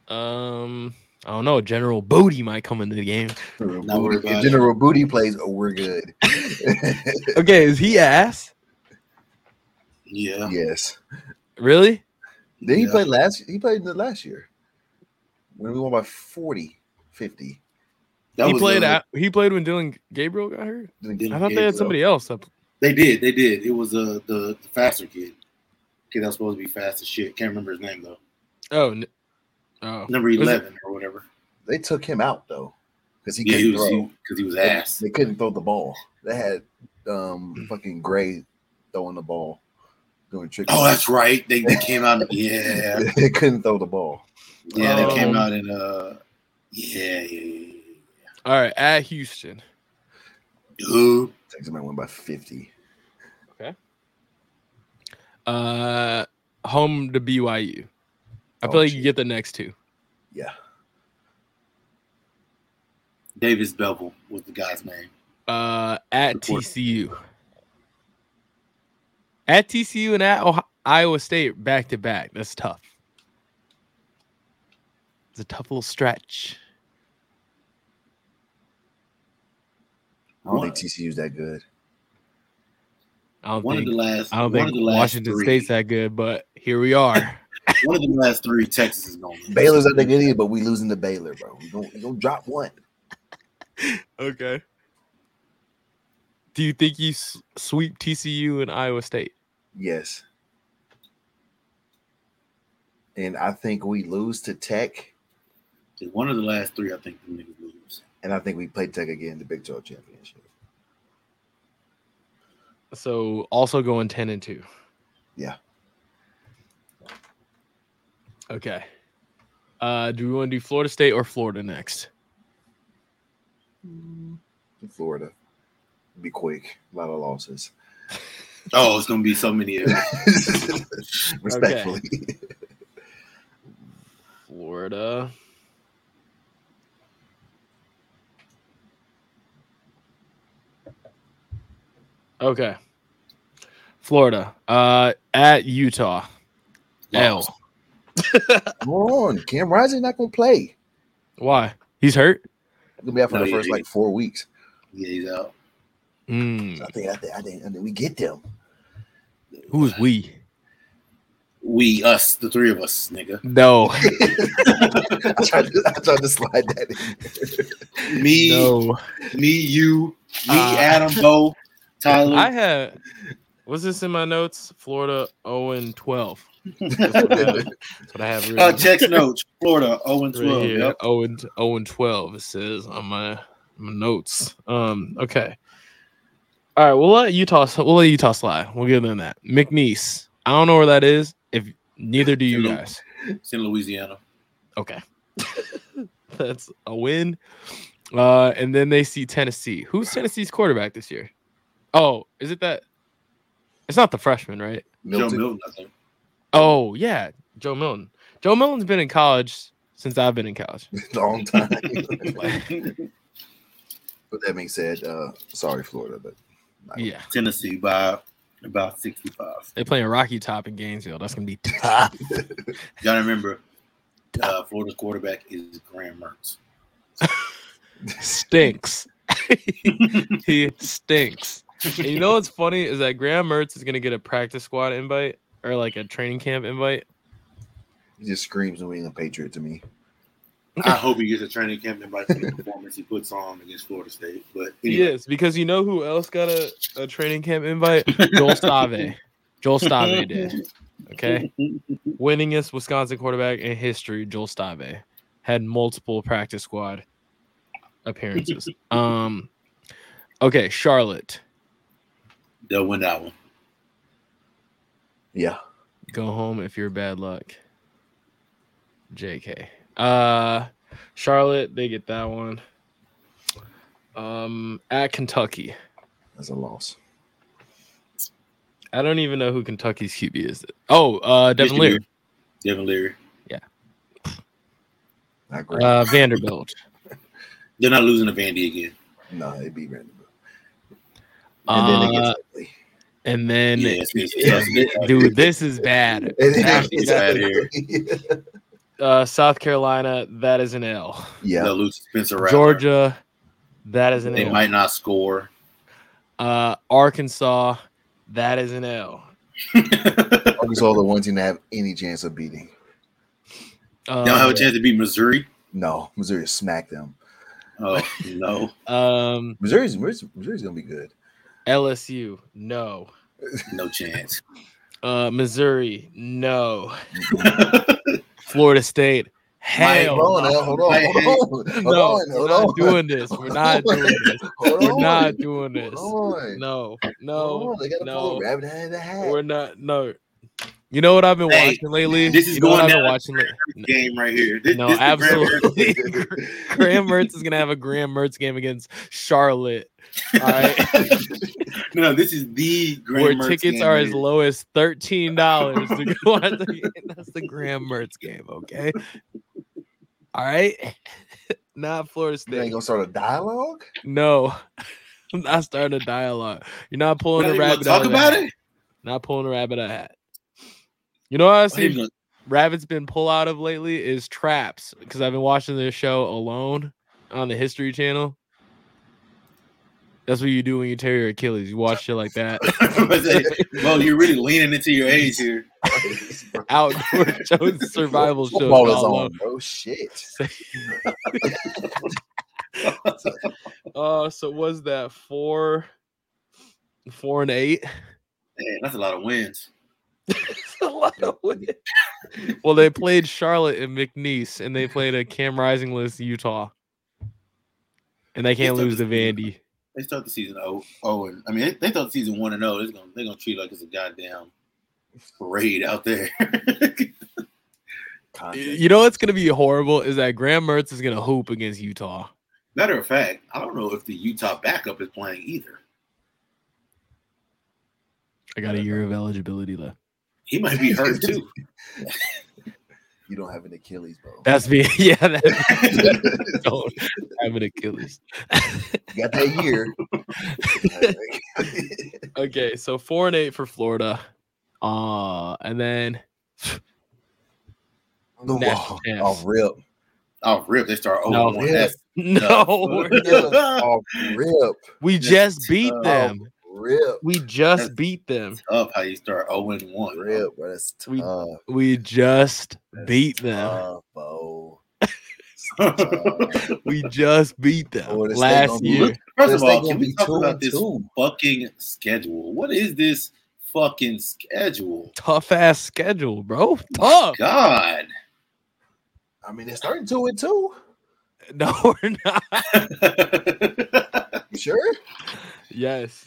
B: Um I don't know. General Bodie might come into the game.
A: General
C: Not worried
A: Booty-
C: about
A: if
C: it.
A: General Booty plays, oh, we're good.
B: Okay, is he ass?
C: Yeah,
A: yes.
B: Really?
A: Then he
C: Yeah.
A: played last. He played in the last year when we won by 40, 50.
C: That
B: he
C: was,
B: played
C: uh,
B: at, he played when Dylan Gabriel got hurt.
C: Dylan
B: I thought they
C: Gabriel.
B: had somebody else up.
C: They did. They did. It was uh, the the faster kid. Kid that was supposed to be fast as shit. Can't remember his name though.
B: Oh, n- oh,
C: Number
B: Was it-
C: eleven or whatever.
A: They took him out though because he
C: yeah,
A: couldn't
C: he was
A: throw.
C: because he, was ass.
A: They couldn't throw the ball. They had um
C: Mm.
A: fucking Gray throwing the ball, doing tricks.
C: Oh, that's right. They, they came out. Yeah,
A: they couldn't throw the ball.
C: yeah. They came
B: Um,
C: out in uh, yeah, yeah, yeah.
B: all right. At Houston,
C: yeah. Who?
A: Texas might win by fifty.
B: uh, home to BYU. I
A: Oh,
B: feel like you
A: shit.
B: get the next two.
A: Yeah,
C: Davis Bevel was the guy's name.
B: Uh, at
C: Good point.
B: TCU, at TCU and at Ohio- Iowa State back to back. That's tough. It's a tough little stretch.
A: I don't
C: One-
A: think TCU's that good.
B: I don't
C: One of
B: think
C: the last.
B: I don't
C: one
B: think
C: of the last
B: Washington
C: three,
B: State's that good, but here we are.
C: One of the last three Texas is going. to
A: Baylor's not that good either, but we losing to Baylor, bro. We gonna, we gonna drop one.
B: okay. Do you think you s- sweep TCU and Iowa State?
A: Yes. And I think we lose to Tech,
C: One of the last three, I think the niggas lose.
A: and I think we play Tech again in the Big 12 championship.
B: So also going 10 and 2.
A: Yeah.
B: Okay. Uh do we want to do Florida State or Florida next?
A: Florida, be quick. A lot of losses.
C: Oh, it's gonna be so many. Of them.
A: Respectfully,
B: Florida. Okay. Florida. Uh at Utah.
C: Lost.
B: L.
A: come on. Cam Rising not gonna play.
B: Why? He's hurt?
A: He's gonna be out for
C: No,
A: the
C: yeah,
A: first
C: yeah.
A: like four weeks.
C: Yeah, he's out.
B: Mm,
A: I think. I think. I think. I think we get them.
B: who's we?
C: We, us, the three of us, nigga.
B: No.
A: I tried. To, I tried to slide that in.
C: Me,
B: no.
C: me, you, me,
B: Uh,
C: Adam, Bo, Tyler.
B: I had was this in my notes? Florida 0 and 12. That's what I have, that's what I have
C: uh,
B: written
C: text notes, Florida, 0 and 12.
B: right here.
C: Yep.
B: 0 and 0 and 12 it says on my, my notes. Um okay. All right, we'll let Utah s- we'll let Utah slide. We'll give them that. McNeese. I don't know where that is. If neither do you
C: Hello.
B: guys.
C: It's in Louisiana.
B: Okay. That's a win. Uh, and then they see Tennessee. Who's Tennessee's quarterback this year? Oh, is it that? It's not the freshman, right?
C: Joe
A: Milton.
C: Milton, I think.
B: Oh, yeah, Joe Milton. Joe Milton's been in college since I've been in college.
A: long time.
B: Like,
A: With that being said, uh, sorry, Florida, but
B: Yeah,
C: Tennessee by about 65.
B: they playing Rocky Top in Gainesville. That's gonna be tough.
C: Gotta remember, uh, Florida's quarterback is Graham Mertz.
B: stinks. he stinks. And you know what's funny is that Graham Mertz is gonna get a practice squad invite or like a training camp invite.
A: he just screams New England Patriot to me.
C: I hope he gets a training camp invite for the performance he puts on against Florida State. But anyway,
B: Yes, because you know who else got a, a training camp invite? Joel Stave. Joel Stave did. Okay. Winningest Wisconsin quarterback in history, Joel Stave, had multiple practice squad appearances. Um okay, Charlotte.
C: they'll win that one.
A: Yeah,
B: Go home if you're bad luck. JK. Uh Charlotte, they get that one. Um at Kentucky.
A: that's a loss.
B: I don't even know who Kentucky's QB is. Oh, uh Devin
C: Michigan,
B: Leary.
C: Devin Leary.
A: Not great.
B: Uh Vanderbilt.
C: They're not losing to Vandy again.
A: no, it'd be Vanderbilt. And then it
B: Uh,
A: gets ugly.
B: and then
C: Yes, yes, yes, yes.
B: dude, this is bad.
A: And then
B: Ash-
A: it gets
C: out
A: ugly.
B: Uh South Carolina, that is an L.
A: yeah,
C: They'll lose to Spencer Rattler.
B: Georgia, that is an
C: They
B: L.
C: might not score.
B: Uh Arkansas, that is an L.
C: They
A: Arkansas the one team to have any chance of beating.
B: Uh,
C: don't have a chance to beat Missouri.
A: No, Missouri smacked them.
C: Oh no,
B: um
A: Missouri's Missouri's, Missouri's gonna be good.
B: LSU, no.
C: no chance.
B: Uh, Missouri, no.
A: Mm-mm.
B: Florida State,
A: Hey,
B: hell.
A: hold on, now, hold on,
C: Hey, hey.
A: hold on, hold
B: no,
A: on,
B: we're
A: hold
B: not
A: on,
B: doing this. We're not doing this.
A: hold
B: We're
A: on,
B: not doing this.
A: hold on.
B: No,
A: Hold
B: no,
A: on, they gotta
B: no.
A: pull a rabbit out of the hat.
B: we're not. No. You know what I've been
C: Hey,
B: watching lately?
C: this is
B: you know what
C: going
B: I've been
C: down.
B: watching lately?
C: Game right here. This,
B: No,
C: this is the grand-
B: absolutely. Graham Mertz is gonna have a Graham Mertz game against Charlotte. All right.
C: no, no, this is the grand.
B: where
C: Mertz
B: tickets
C: game
B: are as
C: here.
B: low as thirteen dollars to go on the, that's the Graham Mertz game, okay? All right, not Florida
A: You ain't
B: State.
A: gonna start a dialogue.
B: No, I'm not starting a dialogue. You're not
C: We're
B: pulling
C: not
B: a
C: even gonna
B: rabbit. out
C: Talk
B: of the
C: about
B: hat.
C: it.
B: Not pulling a rabbit out of the hat. You know what I've
C: We're not even
B: seen
C: gonna-
B: rabbits been pulled out of lately is traps because I've been watching this show alone on the History Channel. That's what you do when you tear your Achilles. You watch shit like that.
C: I was gonna say, Well, you're really leaning into your age here.
B: outdoor shows, survival shows.
A: Football is
B: all
A: on,
B: over.
A: bro. Shit.
B: Uh, so was that four, four and eight?
C: Man, that's a lot of wins.
B: It's a lot of wins. well, they played Charlotte and McNeese, and they played a Cam Risingless Utah, and they can't
C: Utah
B: lose to
C: just-
B: Vandy.
C: They start the season oh oh and I mean they, they start the season one and oh. They're gonna they're gonna treat it like it's a goddamn parade out there.
B: Y-
A: Contact.
B: You know what's gonna be horrible is that Graham Mertz is gonna hoop against Utah.
C: Matter of fact, I don't know if the Utah backup is playing either.
B: I got a year of eligibility left.
C: He might be hurt too.
A: You don't have an Achilles, bro.
B: That's me. Yeah, that
A: you
B: don't have an Achilles.
A: got that year.
B: Okay, so four and eight for Florida. Uh, and then
A: the wall
B: National
A: off rip.
C: Oh, rip! They start oh
B: No.
C: one. That's
B: no,
C: No.
B: we're not.
A: off rip.
B: we
C: That's
B: just beat
C: tough.
B: them.
A: Rip.
B: We
C: That's
B: just beat them.
C: tough how you start zero and one.
A: Rip, bro. That's tough. uh,
B: We- We just beat them.
A: Tough, bro.
C: First
B: We just beat them
A: Florida State
B: last
A: gonna be
B: year.
A: looking-
C: of
A: First they
C: all,
A: gonna
C: can
A: be
C: we
A: two
C: talk about
A: and
C: this
A: two.
C: fucking schedule? What is this fucking schedule?
B: Tough ass schedule, bro. Tough.
C: God,
A: I mean, they're starting two and two.
B: No, we're not.
A: You sure?
B: Yes.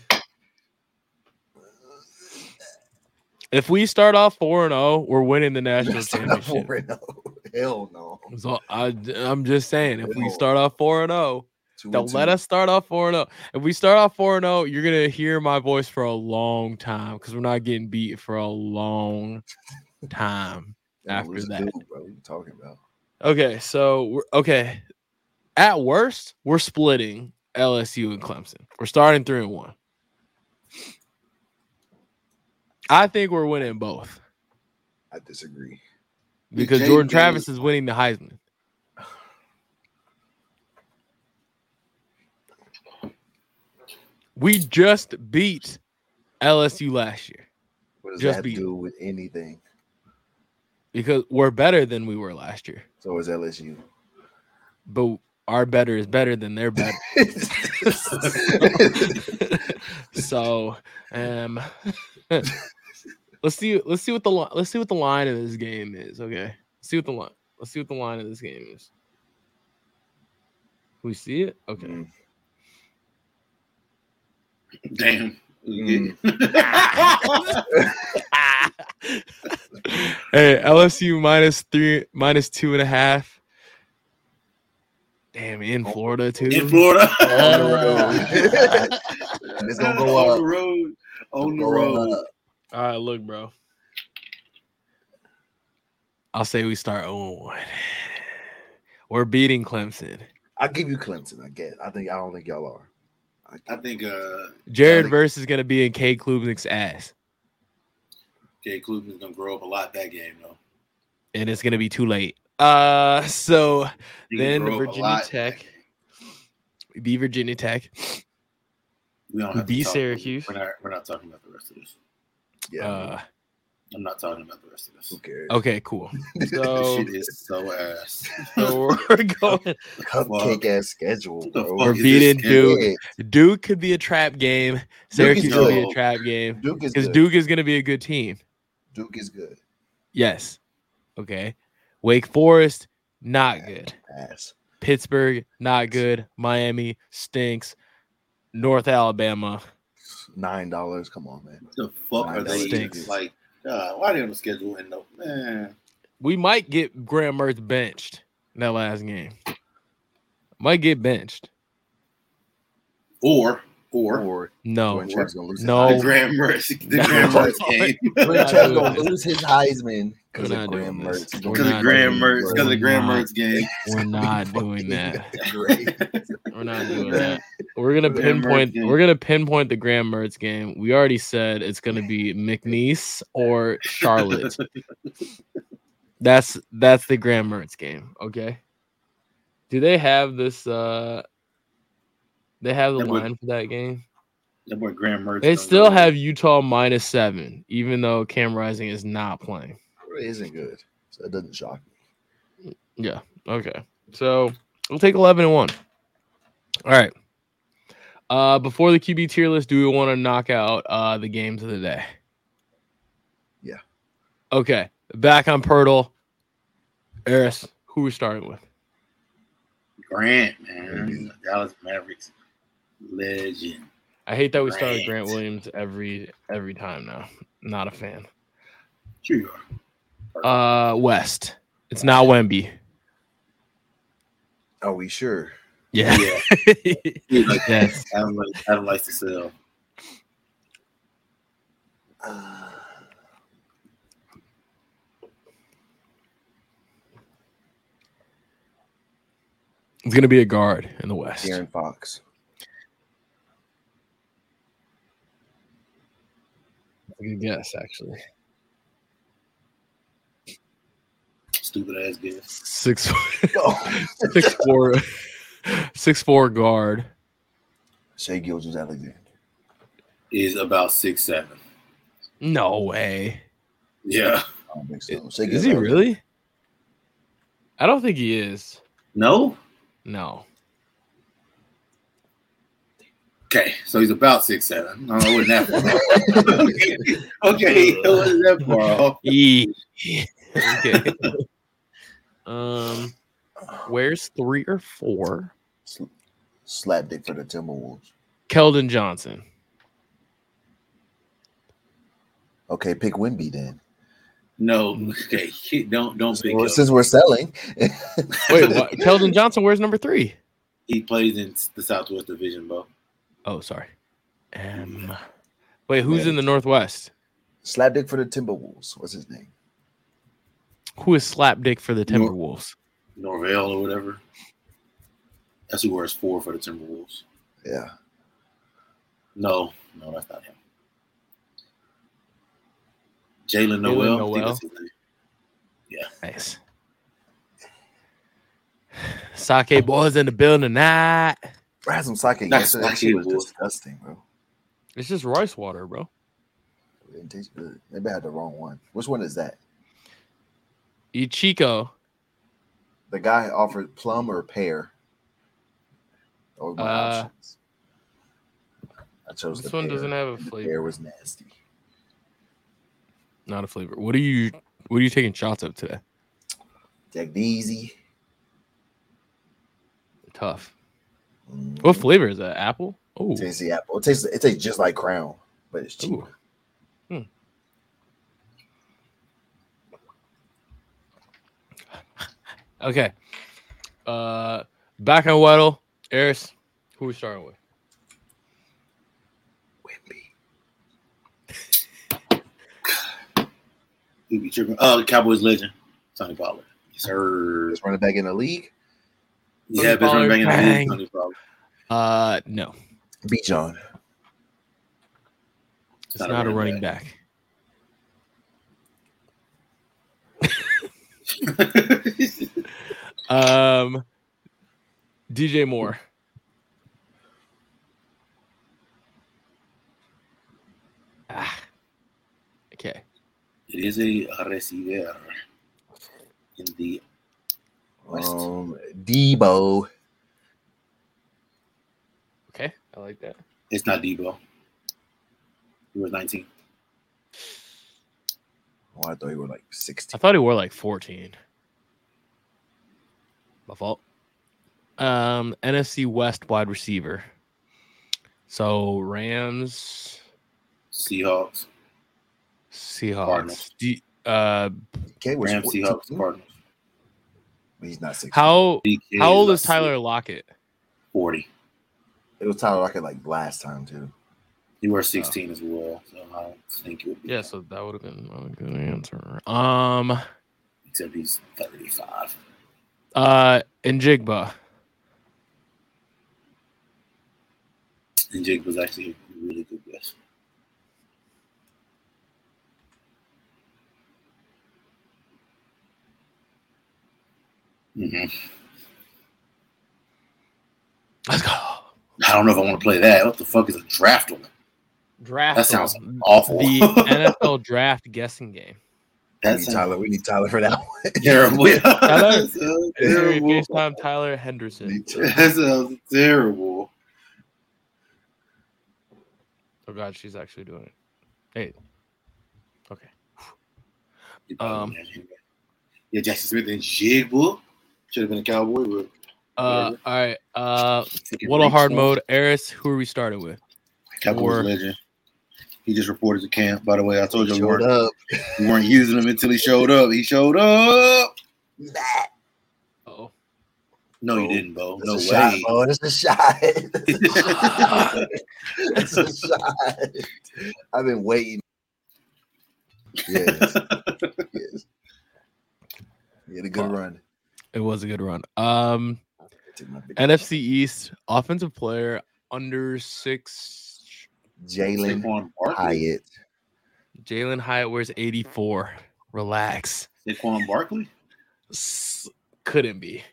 B: If we start off four and zero, we're winning the national
A: That's not
B: championship.
A: four and oh. Hell no.
B: So I, I'm just saying, if we
A: No.
B: start off four and zero,
A: Two
B: Don't
A: and two.
B: let us start off 4 0. If we start off 4 0, you're going to hear my voice for a long time because we're not getting beat for a long time
A: They're gonna
B: after
A: lose a
B: that.
A: dude, bro. What are you talking about?
B: Okay. So, we're, okay. At worst, we're splitting LSU and Clemson. We're starting three and one. I think we're winning both
A: I disagree.
B: because
C: Jay
B: Jordan
C: Daniels-
B: Travis is winning the Heisman. We just beat LSU last year
A: What does
B: Just
A: that have
B: beat-
A: to do with anything?
B: because we're better than we were last year.
A: So is LSU.
B: But our better is better than their better. so um let's see let's see what the li- let's see what the line of this game is okay let's see what the line let's see what the line of this game is we see it okay
A: Mm.
C: Damn.
A: Mm.
B: hey lsu minus three minus two and a half damn in florida too
C: In Florida.
A: On the road. it's gonna go
C: on
A: up.
C: the road. On the
A: Go
C: road.
A: up.
B: all right look bro i'll say we start 0-1 we're beating clemson
A: I'll give you Clemson. I guess. I think I don't think y'all are.
C: I think uh
B: Jared
A: Kelly.
B: verse is gonna be in K Klubnik's ass,
C: Jay Klubman's gonna grow up a lot that game though.
B: and it's gonna be too late. Uh, so
C: He can
B: then
C: grow up a
B: Virginia
C: lot.
B: Tech, we beat Virginia Tech.
C: We don't have to
B: Be
C: talk-
B: Syracuse.
C: We're not, we're not talking about the rest of this.
A: Yeah.
B: Uh,
C: I'm not talking about the rest of this.
A: who cares?
B: okay, cool.
C: This
B: So,
C: shit is so ass.
B: so we're going.
A: Cupcake ass schedule,
C: the
A: bro.
C: fuck
B: We're
C: is this
B: beating
C: game?
B: Duke.
A: Yeah,
B: Duke could be a trap game. Syracuse could be a
A: good.
B: trap game
A: Duke is
B: because
A: good.
B: Duke is gonna be a good team.
A: Duke is good.
B: Yes. Okay. Wake Forest, not good.
A: Ass.
B: Pittsburgh, not good. Miami stinks. North Alabama,
A: Nine dollars. Come on, man.
C: the fuck are they even,
B: Stinks.
C: like? God, why they on the schedule and no man?
B: we might get Graham Mertz benched in that last game. Might get benched.
C: Or or,
A: Or
B: No,
A: Jordan Travis gonna lose. his
B: No.
A: Heisman.
C: the Graham Mertz, the
B: No.
C: Graham Mertz game
A: Jordan
B: not
A: Travis
B: doing
A: gonna
B: this.
A: lose his Heisman because
B: We're
A: of
B: not
A: Graham
B: doing this.
A: Mertz.
B: We're
C: because of
B: not
C: Graham
B: doing
C: Mertz
B: this.
C: because
B: We're
C: of Graham
B: not.
C: Mertz game.
B: we're not doing that. We're not doing that. We're gonna
C: Graham Mertz
B: pinpoint.
C: game.
B: We're gonna pinpoint the Graham Mertz game. We already said it's gonna be McNeese or Charlotte. that's that's the Graham Mertz game. Okay. Do they have this? uh They have the
C: That would-
B: line for that game.
C: That boy Graham Mertz.
B: They
C: gonna
B: still
C: go-
B: have Utah minus seven, even though Cam Rising is not playing.
A: It isn't good. So it doesn't shock me.
B: Yeah. Okay. So we'll take eleven and one. All right. Uh, before the QB tier list, do we want to knock out uh the games of the day?
A: Yeah.
B: Okay. Back on Pirtle. Eris, who we starting with?
C: Grant, man, Dallas Mavericks legend.
B: I hate that we start with
C: Grant.
B: Grant Williams every every time now. Not a fan.
C: Sure you are.
B: Uh, West. It's not Wemby.
A: Are we sure?
B: Yeah.
C: Yeah, He's like,
B: yes.
C: I don't like. I don't like to sell.
A: Uh,
B: It's gonna be a guard in the West.
A: Darren Fox.
B: That's a good guess, actually.
C: Stupid ass guess.
B: Six.
A: Oh.
B: six four six four guard.
A: Shea Gilgis Alexander.
C: Is about six seven.
B: No way.
C: Yeah.
A: I don't think so. Shea
B: Is he
A: Gilgeous-Alexander.
B: really? I don't think he is.
C: No.
B: No.
C: Okay, so he's about six seven. No, I wasn't that far. off. okay, okay, it wasn't that far off.
B: E. okay. Um where's three or four?
A: Sl- Slap dick for the Timberwolves.
B: Keldon Johnson.
A: Okay, pick Wimby then.
C: No,
B: Mm.
C: okay, he- don't don't pick
A: Well,
C: up.
A: since we're selling,
B: Wait, what? Keldon Johnson, where's number three?
C: He plays in the Southwest Division, bro.
B: Oh, sorry. Um wait, who's in the Northwest?
A: slap dick for the Timberwolves. What's his name?
B: Who is slap dick for the
C: Nor-
B: Timberwolves?
C: Norvell or whatever. That's who wears four for the Timberwolves.
A: Yeah.
C: No, no, that's not him. Jalen Noel. I think
B: Noel.
C: that's his name.
B: Nice. Sake boys in the building tonight.
A: I had some sake
C: That's
A: yesterday. That
C: sake,
A: shit was
C: boy.
A: disgusting, bro.
B: It's just rice water, bro.
A: It didn't taste good. Maybe I had the wrong one. Which one is that?
B: Ichiko.
A: The guy offered plum or pear. Or my
B: Uh,
A: options. I chose
B: This
A: the
B: one
A: pear,
B: doesn't have a
A: and the
B: flavor.
A: Pear was nasty.
B: Not a flavor. What are you what are you taking shots of today?
A: Jack Deasy.
B: Tough.
A: Mm,
B: What flavor is that? Apple? Oh.
A: Tennessee apple. It tastes. It tastes just like Crown, but it's cheap.
B: Ooh. Hmm. okay. Uh back on Weddle. Eris, who we starting with?
A: Wimpy.
C: He be tripping. Uh, Cowboys legend, Tony Pollard. Yes, sir.
A: Just running back in the league.
C: Yeah, best running back in the
B: Bang.
C: league, Tony Pollard.
B: Uh no.
A: Beat John.
B: It's not, a running back. Um DJ Moore. Ah. Okay.
C: it is a receiver in the West.
A: Um, Debo. Oh,
B: Okay. I like that.
C: It's not Debo. He was 19.
A: Oh, I thought he was like
B: I
A: sixteen.
B: thought he wore like 14. My fault. Um, NFC West wide receiver. So Rams,
C: Seahawks.
B: Seahawks.
C: Cardinals.
B: D, uh,
A: K was
C: Rams,
A: 14.
C: Seahawks, Cardinals.
A: He's not sixteen.
B: how
C: DK
B: how old is
C: like
B: Tyler Lockett?
C: 40.
A: It was Tyler Lockett like last time too.
C: He was 16 as well, so I don't think it would be.
B: Yeah, so that would have been a good answer. Um,
C: Except he's 35.
B: uh, and Jigba.
C: And Jake was actually a really good guess. hmm
B: Let's go.
C: I don't know if I want to play that. What the fuck is a draft one?
B: Draft.
C: That sounds awful.
B: the NFL draft guessing game.
A: We
C: That
A: need
C: sounds
A: Tyler. We need Tyler for that one.
C: terrible.
B: Tyler-
C: That sounds
B: It's gonna be
C: terrible.
B: FaceTime Tyler Henderson.
C: That sounds terrible.
B: Oh God, she's actually doing it. Um,
C: Um, yeah, Jackson Smith and Jigba should have been a cowboy. But
B: Uh, all right. Uh,
C: freaking
B: what a hard
C: Reeves-
B: mode, Eris. Who are we starting with?
C: Cowboys
B: Or-
C: legend. He just reported to camp. By the way, I told you we
A: Showed
C: weren't,
A: up.
C: we weren't using him until he showed up. He showed up.
B: Oh,
C: No, you
A: Bo,
C: didn't, Bo.
A: That's
C: No
A: a
C: way.
A: shot, bro. That's a shot. That's a shot. I've been waiting. Yes. yes. You had a good
B: Fuck.
A: run.
B: it was a good run. Um,
A: Took my big-
B: NFC East offensive player under six.
A: Jalen
C: Saquon Barkley.
A: Hyatt.
B: Jalen Hyatt wears eighty four. Relax.
C: Saquon Barkley.
B: S- couldn't be.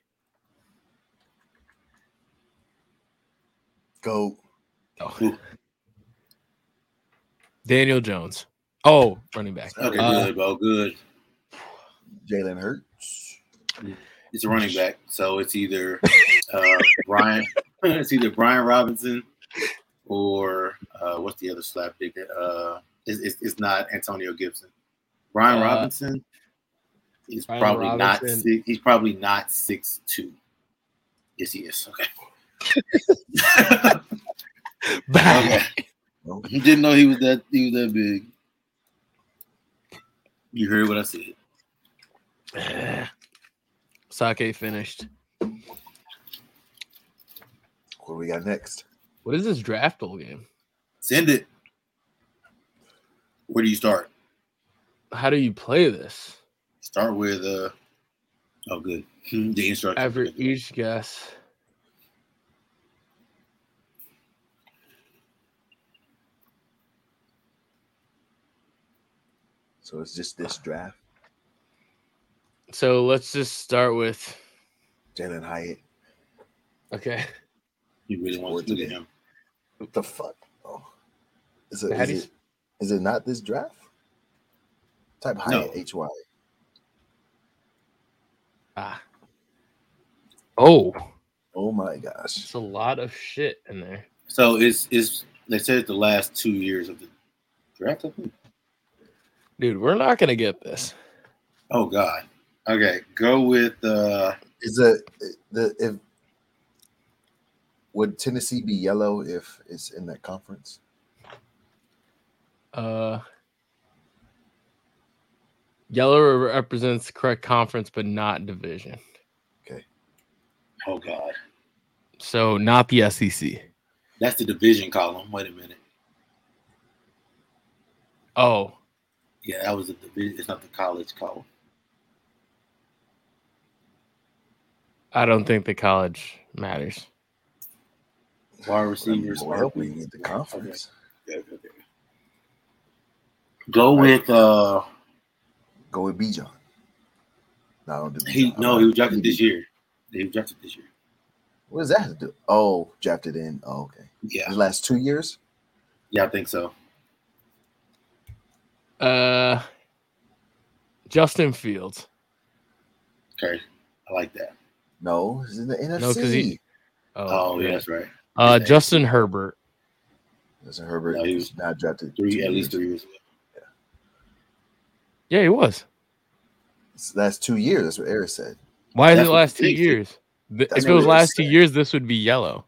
A: Go.
B: Oh.
C: Who?
B: Daniel Jones. Oh, running back.
C: Okay,
B: Uh,
C: good, Bo. Good.
A: Jalen Hurts.
C: It's a running back, so it's either uh, Brian, it's either Brian Robinson, or uh, what's the other slap nigga? Uh, it's, it's, it's not Antonio Gibson. Brian
B: Uh,
C: Robinson is
B: Brian
C: probably
B: Robinson.
C: not. Six, he's probably not six two. Yes, he is. Okay. okay.
A: Nope.
C: Didn't know he was that. He was that big. You heard what I said.
B: Sake finished.
A: What do we got next?
B: What is this draft bowl game?
C: Send it. Where do you start?
B: How do you play this?
C: Start with uh oh good. The instructions.
B: After each guess,
A: So it's just this draft.
B: So let's just start with
A: Jalen Hyatt.
B: okay.
C: You really
A: Four
C: want to look
A: today.
C: at him.
A: What the fuck? Oh. Is it,
B: How
A: is,
B: do you,
A: it, is it not this draft? Type Hyatt H Y.
B: ah. Oh,
A: Oh my gosh.
B: it's a lot of shit in there.
C: So it's it's they said it's the last two years of the draft. I think.
B: Dude, we're not gonna get this.
C: Oh God. Okay, go with uh
A: Is it the if would Tennessee be yellow if it's in that conference?
B: Uh Yellow represents the correct conference, but not division.
C: oh God.
B: So not the E SEC.
C: That's the division column. Wait a minute.
B: Oh,
C: Yeah, that was the division. It's not the college column.
B: I don't think the college matters.
C: Wide
A: Well, I mean,
C: receivers.
A: Lord help me in the conference.
C: Okay, okay, okay. Go with uh
A: Go with B John. No, I don't do
C: he
A: Bijan.
C: no he was drafted this year. He was drafted this year.
A: What does that have to do? Oh, drafted in. Oh, okay.
C: Yeah,
A: The last two years?
C: yeah, I think so.
B: Uh Justin Fields.
C: Okay, I like that.
A: No, it's in the NFC.
B: 'cause he-
C: Oh, yeah,
B: yes.
C: that's right.
B: Uh Justin Herbert.
A: That's a Herbert.
C: No, he was
A: he's not drafted two
C: Three at
A: years.
C: least three years. ago.
B: Yeah, he was.
A: It's the last two years. That's what Eric said.
B: Why is it
C: That's
B: the
C: what
B: last two
C: they said.
B: years? Th-
A: That's
B: If it
A: what
B: was
A: they
B: last two
A: said.
B: years, this would be yellow.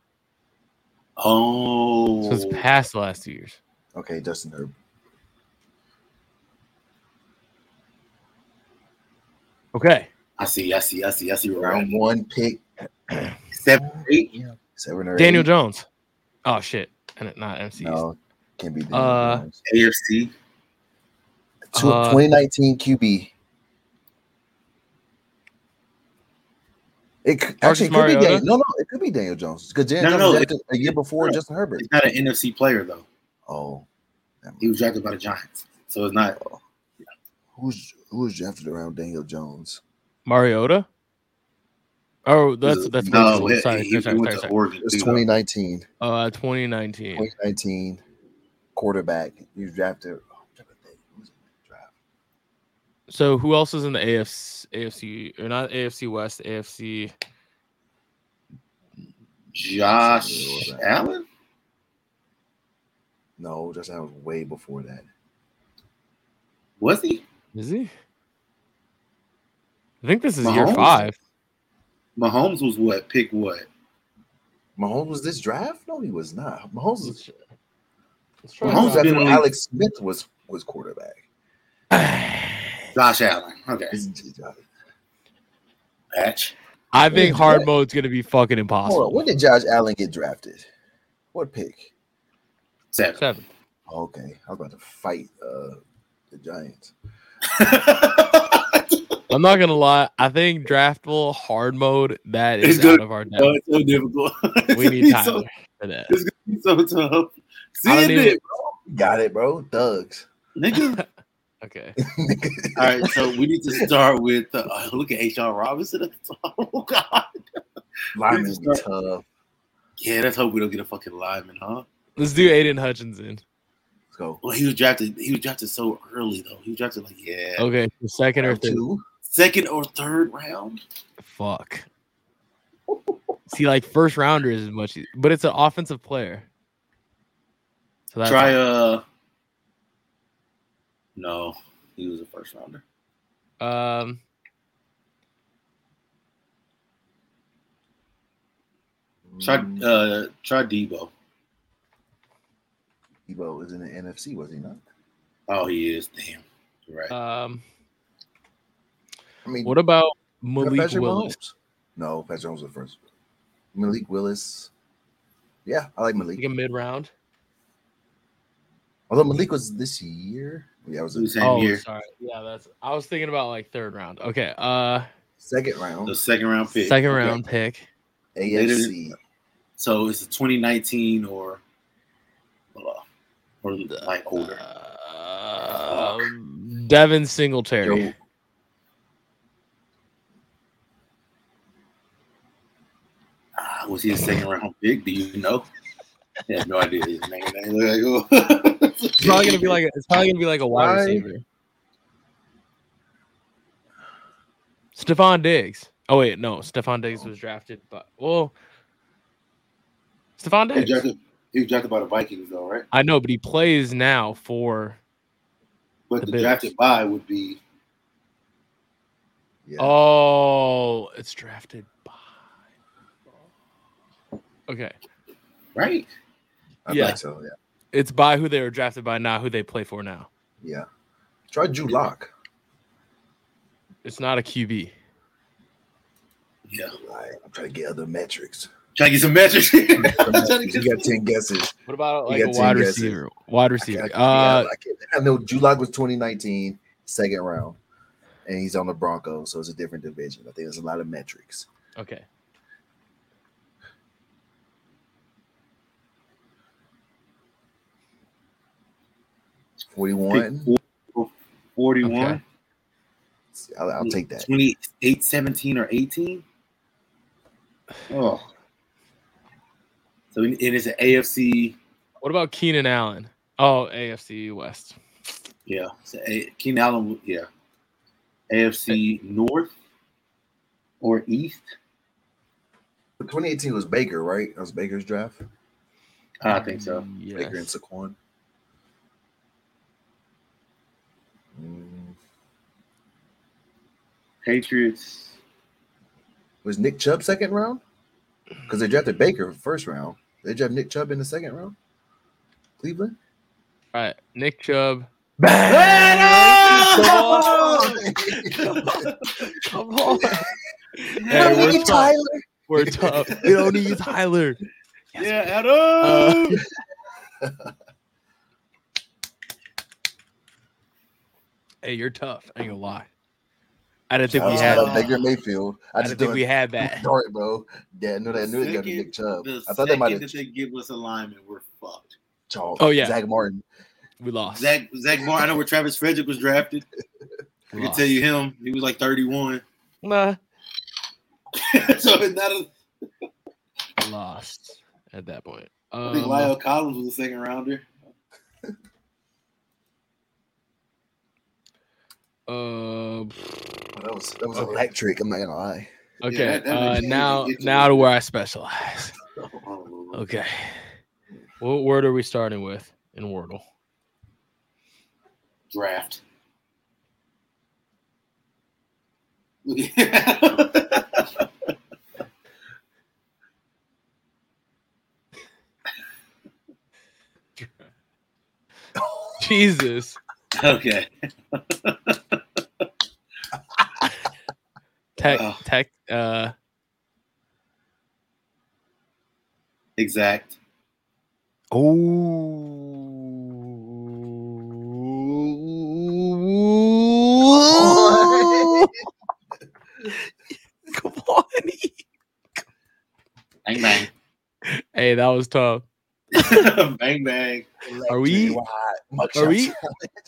B: So
C: Oh,
B: it's past the last two years.
A: Okay, Justin Herbert.
B: Okay.
C: I see, I see, I see, I see. where we're
A: Round
C: at.
A: one pick.
C: Seven, eight.
A: Seven or
B: Daniel
A: eight.
B: Jones. Oh shit. And it- not MCs.
A: No, can't be Daniel
B: Uh,
A: Jones.
C: AFC.
A: Two-
B: uh,
A: 2019 QB. It c- actually it could
B: Mariota?
A: be Daniel. No, no, it could be Daniel Jones. Because Daniel
C: No,
A: Jones was
C: no,
A: drafted a year before
C: no.
A: Justin Herbert.
C: It's not an NFC player though.
A: Oh,
C: He was drafted by the Giants, so it's not.
A: who's who was drafted around Daniel Jones?
B: Mariota. Oh, that's that's
C: no.
B: Winslow.
C: he-
B: sorry,
C: he,
B: sorry,
C: he
B: sorry,
C: went
B: sorry,
C: to
B: sorry.
C: Oregon.
A: It was
C: too, though.
A: 2019.
B: Uh, 2019.
A: 2019 quarterback. He was drafted. Oh, I'm trying to think. Who was in that draft?
B: So who else is in the AFC, AFC or not AFC West, AFC?
C: Josh Allen.
A: No, Justin Herbert was way before that.
C: Was he
B: Is he? I think this is year
C: Mahomes?
B: five.
C: Mahomes? Was what pick what?
A: Mahomes was this draft? No, he was not. Mahomes was,
B: Let's- let's try
A: Mahomes was
C: Mahomes
B: that.
A: drafted
C: been
A: when
C: like-
A: Alex Smith was was quarterback.
C: Josh Allen. Okay,
A: It's- it's- uh,
C: match.
B: I think
A: Wait,
B: hard
A: what?
B: mode's gonna be fucking
A: Hold on.
B: impossible.
A: When did Josh Allen get drafted? What pick?
C: Seven.
B: Seven.
A: Okay, I was about to fight uh, the Giants.
B: I'm not gonna lie. I think draftable hard mode that is
C: It's gonna-
B: out of our depth.
C: Oh, it's so difficult.
B: We need
C: It's
B: Tyler
C: so-
B: for that.
C: it's so tough. See
B: I
C: it,
B: don't even-
A: Got it, bro. Thugs.
C: nigga.
B: Okay.
C: All right, so we need to start with uh, look at HR Robinson at the top. Oh God,
A: Linemen be
C: start-
A: tough.
C: yeah, let's hope we don't get a fucking lineman, huh?
B: Let's do Aiden Hutchinson.
A: Let's go.
C: Well, he was drafted. He was drafted so early though. He was drafted like yeah,
B: Okay, so second or
A: Round
B: Oh, third.
A: two.
C: second or third round.
B: Fuck. See, like first rounder is much, e- but it's an offensive player. So that's
C: Try uh, no, he was a first rounder. uh,
B: um.
C: Try
A: Mm,
C: uh, try Debo.
A: Debo was in the NFC, was he not?
C: Oh, he is. Damn, You're right.
B: Um.
A: I mean,
B: What about
A: what about
B: Malik
A: Patrick
B: Willis?
A: Mahomes? No, Patrick Mahomes was the first. Malik Willis. Yeah, I like
B: Like
A: Malik.
B: a mid round.
A: Although Malik was this year. Yeah, it was
C: It was
A: the
C: Same
B: oh,
C: year.
B: sorry. Yeah, that's. I was thinking about like third round. Okay. Uh,
A: second round.
C: the second round pick.
B: second
C: Okay.
B: round pick.
A: AFC.
C: So it's a 2019 or uh, hold on, or like older.
B: Uh, Devin Singletary.
A: Yo.
C: Ah, was he a second round pick? Do you know? I have no idea. His name They look like, oh.
B: It's probably gonna be like a, it's probably gonna be like a wide
A: Why?
B: receiver. Stephon Diggs. Oh wait, no, Stephon Diggs was drafted, but well, Stephon
C: he was,
B: Diggs.
C: drafted, he was drafted by the Vikings, though, right?
B: I know, but he plays now for.
C: But
B: The
C: the,
B: Bills.
C: drafted by would be
A: Yeah.
B: Oh, it's drafted by. Okay,
C: right.
A: I
B: yeah.
A: think so. Yeah.
B: it's by who they were drafted by, not who they play for now.
A: Yeah. Try Drew Lock.
B: It's not a QB.
C: Yeah,
A: Like, I'm trying to get other metrics.
C: trying to get some metrics. I'm trying to
A: you
C: get-
A: got 10 guesses.
B: What about
A: You
B: like a
A: got ten
B: wide
A: guesses.
B: receiver? Wide
A: I, can't-
B: receiver.
A: I can't-
B: Uh,
A: I, can't- I know Drew Lock was 2019, second round, and he's on the Broncos, so it's a different division. I think there's a lot of metrics.
B: Uh, okay.
C: pick
A: 41.
C: four- 41,
B: Okay.
A: I'll, I'll take that.
C: 28, 17, or 18. Oh. So it it is an AFC.
B: What about Keenan Allen? Oh, AFC West.
C: Yeah. It's a, A- Keenan Allen. Yeah. AFC North or East.
A: But 2018 was Baker, right? That was Baker's draft.
C: I think so.
A: Baker and
B: Yes.
A: Saquon. Mm.
C: Patriots.
A: Was Nick Chubb second round? Because they drafted Baker first round. They drafted Nick Chubb in the second round. Cleveland.
B: All right, Nick Chubb. Come on. Hey,
A: Don't
B: we're
A: need
B: tough.
A: Tyler.
B: We're tough. We don't need Tyler.
C: Yeah,
B: Uh,
C: Adam.
B: hey, you're tough. I ain't gonna lie. I didn't think
A: I
B: we
A: was
B: had.
A: talking about
B: That.
A: Oh, Baker Mayfield. I
B: I
A: just
B: didn't think
A: didn't
B: we had that.
A: sorry, bro. Yeah, I knew that. I knew they got
C: Second-
A: Nick Chubb.
C: the
A: I thought they might
C: second
A: have
C: that Uh, they give us alignment, we're fucked.
A: chalked.
B: Oh, yeah.
A: Zach Martin.
B: We lost.
C: Zach Zach Moore. I know where Travis Frederick was drafted.
B: We
C: I can
B: lost.
C: tell you him. He was like 31.
B: Nah,
C: so it's not a
B: we lost at that point.
C: I think
B: Um,
C: Lyle Collins was a second rounder.
B: uh,
A: Oh, That was that was
B: Okay.
A: electric. I'm not gonna lie.
B: okay.
C: that- that
B: Uh,
C: makes sense.
B: now,
C: It's-
B: now to where I specialize.
C: Okay.
B: Okay. What word are we starting with in Wordle?
C: Draft.
B: Jesus.
C: okay.
B: Tech,
C: Wow.
B: tech, uh,
C: Exact.
B: Oh. Come on.
C: Bang bang.
B: Hey, that was tough.
C: bang bang.
B: Are we-
A: Wide. Mug
B: Are we?
A: shot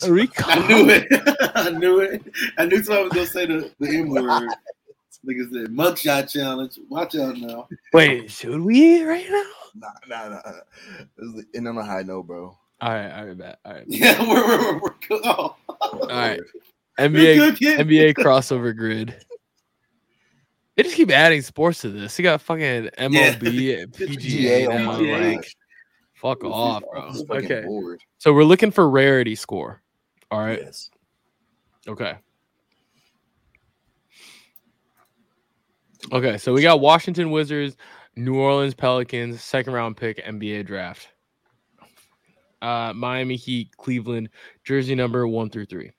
B: Are we?
C: I knew it. I knew it. I knew someone was gonna say the, the M word. Nigga said mugshot challenge. Watch out now.
B: Wait, should we right now?
A: Nah, nah, nah. This is the end on a high note, bro.
B: All right, all right, bet. All right,
C: Yeah, we're we're, we're, we're good. Oh,
A: All
B: right.
C: we're
B: NBA
C: good kid.
B: NBA crossover grid. They just keep adding sports to this. You got fucking MLB, PGA,
A: PGA, oh
B: now,
A: my
C: PGA.
B: like, fuck off, bro. Okay,
A: Bored.
B: so we're looking for rarity score. All right,
A: Yes.
B: Okay. Okay, so we got Washington Wizards, New Orleans Pelicans, second round pick, NBA draft. Uh, Miami Heat, Cleveland, jersey number one through three.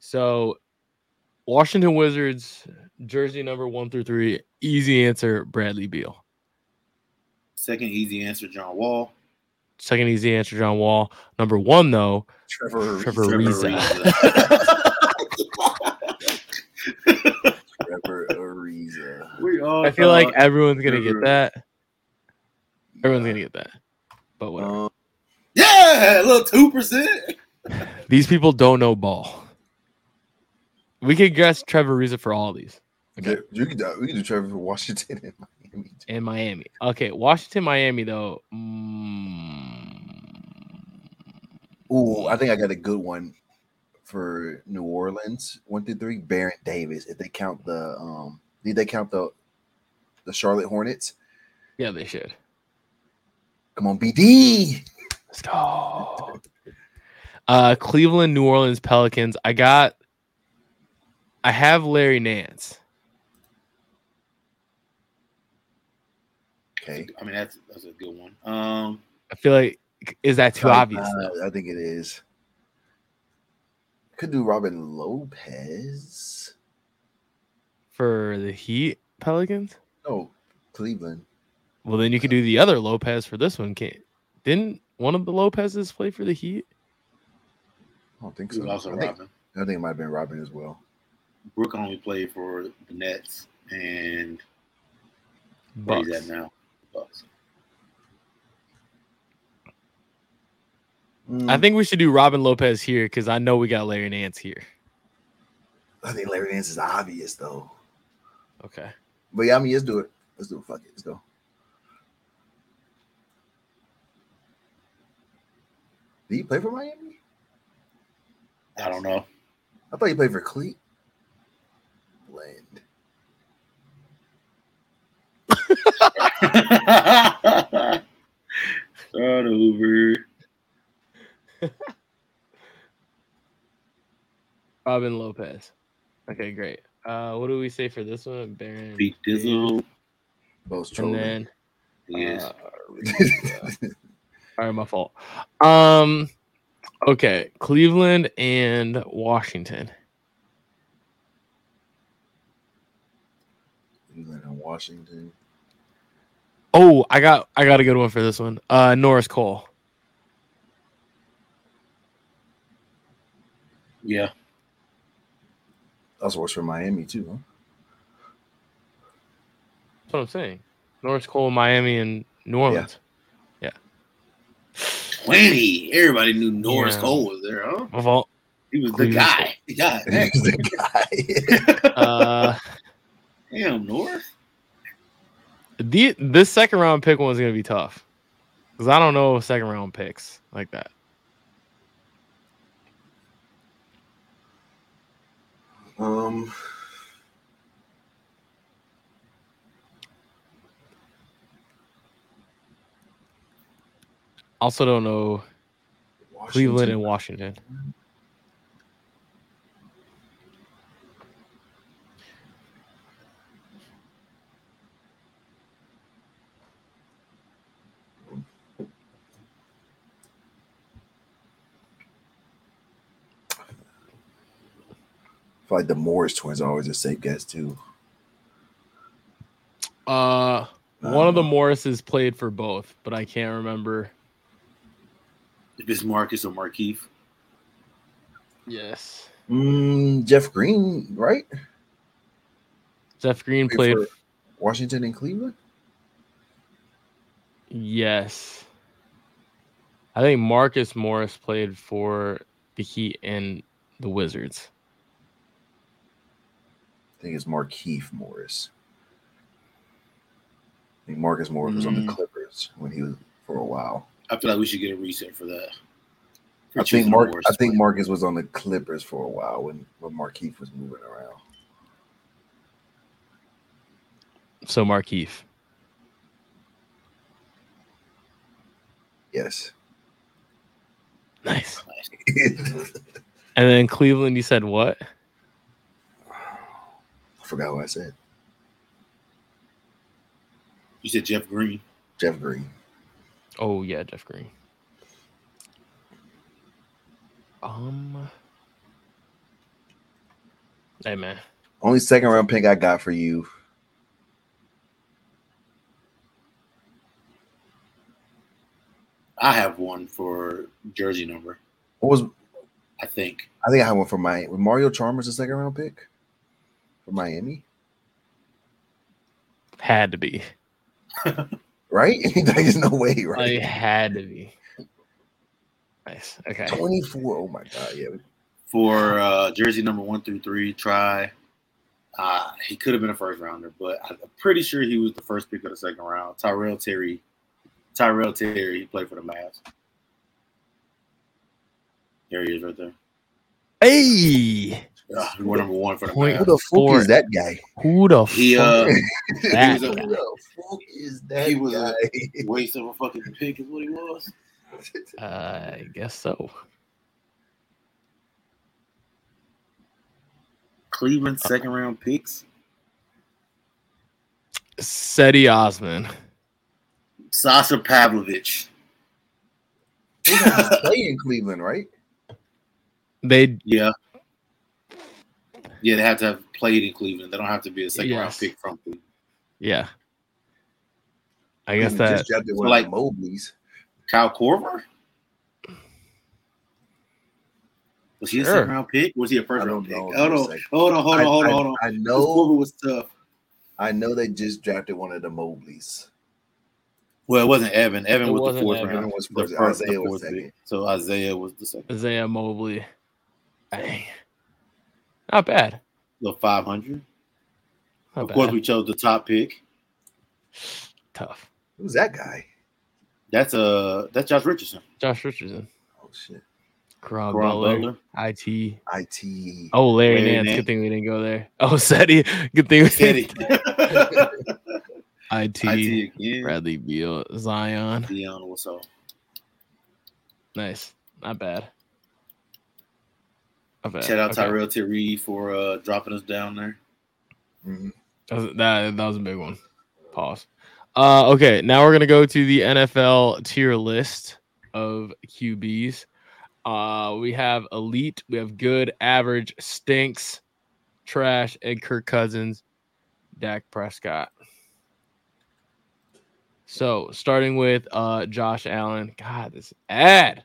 B: So, Washington Wizards, jersey number one through three. Easy answer, Bradley Beal.
C: Second easy answer, John Wall.
B: Second easy answer, John Wall. Number one though,
A: Trevor.
B: Trevor
A: Trevor.
B: Ariza.
A: Trevor Ariza.
C: we all
B: I feel like
C: thought-
B: everyone's gonna get
C: Trevor.
B: that. Everyone's gonna get that. But whatever.
A: Um,
C: Yeah, a little two percent.
B: These people don't know ball. We could guess Trevor Reza for all these.
A: Okay. You can do, we can do Trevor for Washington and Miami.
B: in Miami. Okay, Washington, Miami though. Mm,
A: Ooh, I think I got a good one for New Orleans. One through three, Baron Davis. If they count the um did they count the the Charlotte Hornets?
B: yeah, they should.
A: Come on, BD.
B: Let's go. Uh, Cleveland, New Orleans, Pelicans. I got. I have Larry Nance.
A: Okay.
C: I mean, that's that's a good one. Um,
B: I feel like is that too obvious?
A: Uh, I think it is. Could do Robin Lopez.
B: for the Heat Pelicans.
A: No, Cleveland.
B: Well, then you could do the other Lopez for this one. Can't didn't one of the Lopez's play for the Heat?
A: I don't think
C: he
A: so.
C: was also
A: I, think,
C: Robin.
A: I think it might have been Robin as well.
C: Brooke only played for the Nets, and where
B: Bucks.
C: he's at now. Bucks.
B: I think we should do Robin Lopez here because I know we got Larry Nance here.
A: I think Larry Nance is obvious though.
B: Okay.
A: But yeah, I mean, let's do it. Let's do it. Fuck it. Let's go. Did he play for Miami?
C: I don't know.
A: I thought he played for Cleveland.
C: Start over.
B: Robin Lopez. Okay, great. Uh, what do we say for this one? Baron.
C: Beat Dizzle.
A: Both
B: And
A: trolling.
B: then,
C: Yes.
B: uh, all right, my fault. Um, okay, Cleveland and Washington.
A: Cleveland and Washington.
B: Oh, I got I got a good one for this one. Uh, Norris Cole.
C: yeah.
A: Also works for Miami too, huh?
B: That's what I'm saying. Norris Cole, Miami, and New Orleans.
C: 20. Everybody knew Norris
B: Yeah.
C: Cole was there, huh?
B: My fault.
C: He was the
B: Cleveland.
C: guy. The guy.
A: He's the guy.
B: Uh,
C: Damn, Norris.
B: the this second round pick one's gonna be tough because I don't know second round picks like that.
A: um,
B: Also, don't know
A: Washington.
B: Cleveland and Washington.
A: I feel like the Morris twins are always a safe guess too.
B: Uh, one of the
A: Um,
B: Morrises played for both, but I can't remember.
C: If it's Marcus or Markeith.
B: Yes,
A: Mm, Jeff Green, right?
B: Jeff Green
A: Played
B: played.
A: for- Washington and Cleveland.
B: Yes, I think Marcus Morris played for the Heat and the Wizards.
A: I think it's Markeith Morris. I think Marcus Morris was on the
B: Hmm.
C: Mm.
A: Clippers when he was for a while.
C: I feel like we should get a reset for that. For
A: I think
C: choosing
A: Mark.
C: Norris.
A: I think Marcus was on the Clippers for a while when when Markeith was moving around.
B: So Markeith.
A: Yes.
B: Nice.
A: I
B: And then Cleveland, you said what?
A: forgot what I said.
C: You said Jeff Green.
A: Jeff Green.
B: Oh yeah, Jeff Green. Um. Hey man,
A: Only second round pick I got for you.
C: I have one for jersey number,
A: What was
C: I think.
A: I think I had one for my was Mario Chalmers a second round pick for Miami,
B: had to be.
A: right? There's no way,
B: I
A: right?
B: had to be. Nice. Okay.
A: Twenty four. Oh my god, yeah.
C: for uh, jersey number one through three. Try. Uh, he could have been a first rounder, but I'm pretty sure he was the first pick of the second round. Tyrell Terry. Tyrell Terry. He played for the Mavs. There he is, right there.
B: Hey,
C: Ugh, we were number one for the
B: Point
A: Who
C: Mavs.
A: the fuck
B: Four.
A: is that guy?
B: who the
C: He
B: fuck?
C: uh,
B: That
A: Who
C: guy.
A: the fuck is that
C: He was a-
A: guy?
C: waste of a fucking pick is what he was.
B: I guess so.
C: Cleveland second round picks.
B: Seti Osman.
C: Sasha Pavlovich.
A: He doesn't play in Cleveland, right?
B: They
C: Yeah. Yeah, they have to have played in Cleveland. They don't have to be a second round
B: Yes.
C: pick from Cleveland.
B: yeah. I guess
A: Cleveland
B: that
A: just drafted
C: So,
A: one like
C: like-
A: Mobleys.
C: Kyle Corver? Was he a
B: Sure.
C: second round pick? Was he a first
A: I
C: round
A: don't
C: pick?
A: know.
C: Hold on, hold on, hold on, hold on, hold on.
A: I, I, I
C: This
A: know.
C: Corver was tough.
A: I know they just drafted one of the Mobleys.
C: Well, it wasn't Evan. Evan
B: It
C: was the
B: wasn't
C: fourth
B: Evan.
C: round.
A: Evan was
C: The
A: first.
C: first- the
A: Isaiah was
C: fourth pick.
A: second.
C: So Isaiah was the second.
B: Isaiah Mobley. Dang. Not bad.
C: The five hundred.
B: Not
C: Of
B: bad.
C: course, we chose the top pick.
B: Tough.
A: Who's that guy?
C: That's uh that's Josh Richardson.
B: Josh Richardson.
A: Oh shit!
C: Karan
B: Karan Butler.
C: Butler.
B: IT.
A: It.
B: Oh, Larry,
C: Larry
B: Nance.
C: Nance.
B: Good thing we didn't go there. Oh, Seti. Good thing we didn't.
C: Teddy. IT
B: IT.
C: again.
B: Bradley Beal. Zion.
C: Dion was so.
B: Nice. Not bad. Not bad.
C: Shout out
B: Okay.
C: Tyrell Terry for uh, dropping us down there.
A: Mhm.
B: That was, that, that was a big one. Pause. Uh, okay, now we're gonna go to the NFL tier list of QBs. Uh, we have elite, we have good, average, stinks, trash, and Kirk Cousins, Dak Prescott. So starting with uh Josh Allen. God, this ad.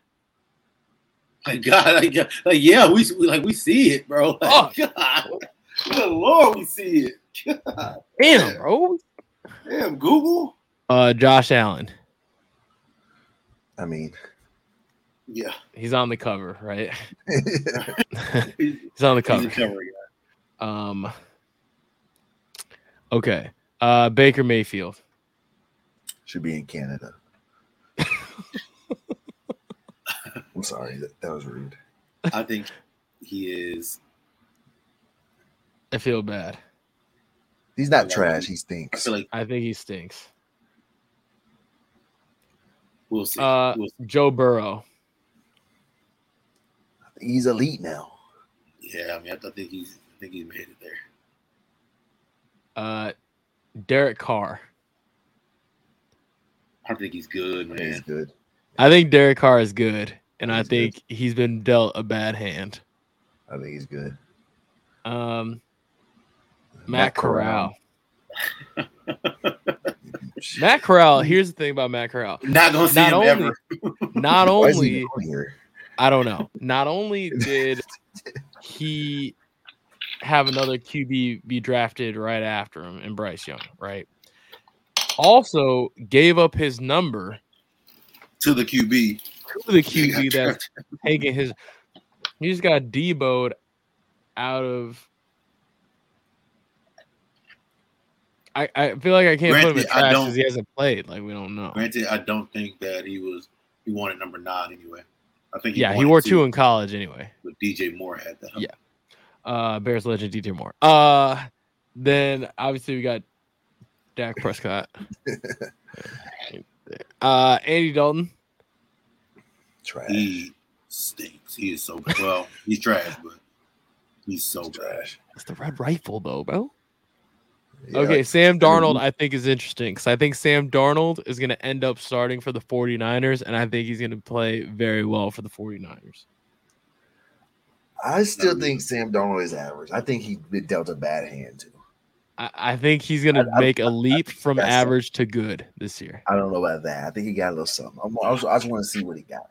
C: My God, like, yeah, like yeah, we we- like we see it, bro. Like, God, good Lord, we see it. God,
B: Damn, bro.
C: damn, Google.
B: Uh, Josh Allen.
A: I mean,
C: Yeah,
B: He's on the cover, right?
A: I
C: he's,
B: He's
C: he's
B: on the
C: a
B: cover.
C: cover guy.
B: Um. Okay. Uh, Baker Mayfield.
A: should be in Canada. I'm sorry, that, that was rude.
C: I think he is.
B: I feel bad.
A: He's
C: I
A: not
C: feel
A: trash. He
C: I
A: stinks.
C: feel like
B: I think he stinks.
C: we'll see.
B: Uh,
C: we'll see.
B: Joe Burrow.
A: He's elite now.
C: Yeah, I mean, I, I think he's. I think he made it there.
B: Uh, Derek Carr.
C: I think he's good,
A: He's
C: man.
A: good.
B: I think Derek Carr is good, and I
A: He's good.
B: think he's been dealt a bad hand.
A: I think he's good.
B: Um, Matt,
A: Matt
B: Corral.
A: Corral.
B: Matt Corral. Here's the thing about Matt Corral.
C: Not gonna see
B: Not
C: him
B: only-
C: ever.
B: Not
A: Why is he even
B: only
A: on here?
B: I don't know. Not only did he have another QB be drafted right after him and Bryce Young, right? Also gave up his number
C: to the QB.
B: to the QB that's taking his. He just got deboed out of. I, I feel like I can't put him in
C: Granted, I
B: trash
C: don't-
B: because he hasn't played. Like we don't know.
C: Granted, I don't think that he was he wanted number nine anyway. I think
B: Yeah, he
C: wanted
B: wore two in college anyway.
C: but DJ Moore had that.
B: Yeah. uh Bears legend DJ Moore. Uh then obviously we got Dak Prescott. uh Andy Dalton.
A: Trash.
C: He stinks. He is so bad. well, he's trash, but he's so bad.
A: trash.
B: That's the red rifle though, bro.
A: Yeah,
B: okay,
A: like,
B: Sam Darnold I think is interesting cuz I think Sam Darnold is going to end up starting for the 49ers and I think he's going to play very well for the 49ers.
A: I still think Sam Darnold is average. I think he been dealt a bad hand too.
B: I, I think he's going to
A: I- I-
B: make a leap from
A: that's-
B: average to good this year.
A: I don't know about that. I think he got a little something. I'm, I, just, I just want to see what he got.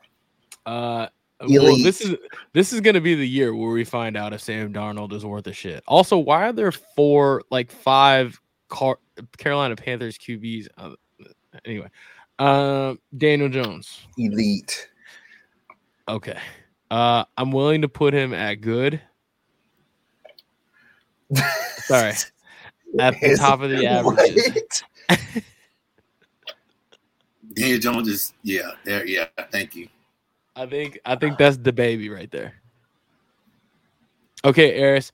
B: Uh well,
A: Elite.
B: this is this is going to be the year where we find out if Sam Darnold is worth a shit. Also, why are there four like five Car- Carolina Panthers QBs? Uh, anyway, um, Daniel Jones.
A: Elite.
B: Okay, Uh, I'm willing to put him at good. Sorry, at the top of the averages.
C: Daniel Jones is yeah, there, yeah. Thank you.
B: I think I think that's the baby right there. Okay, Eris.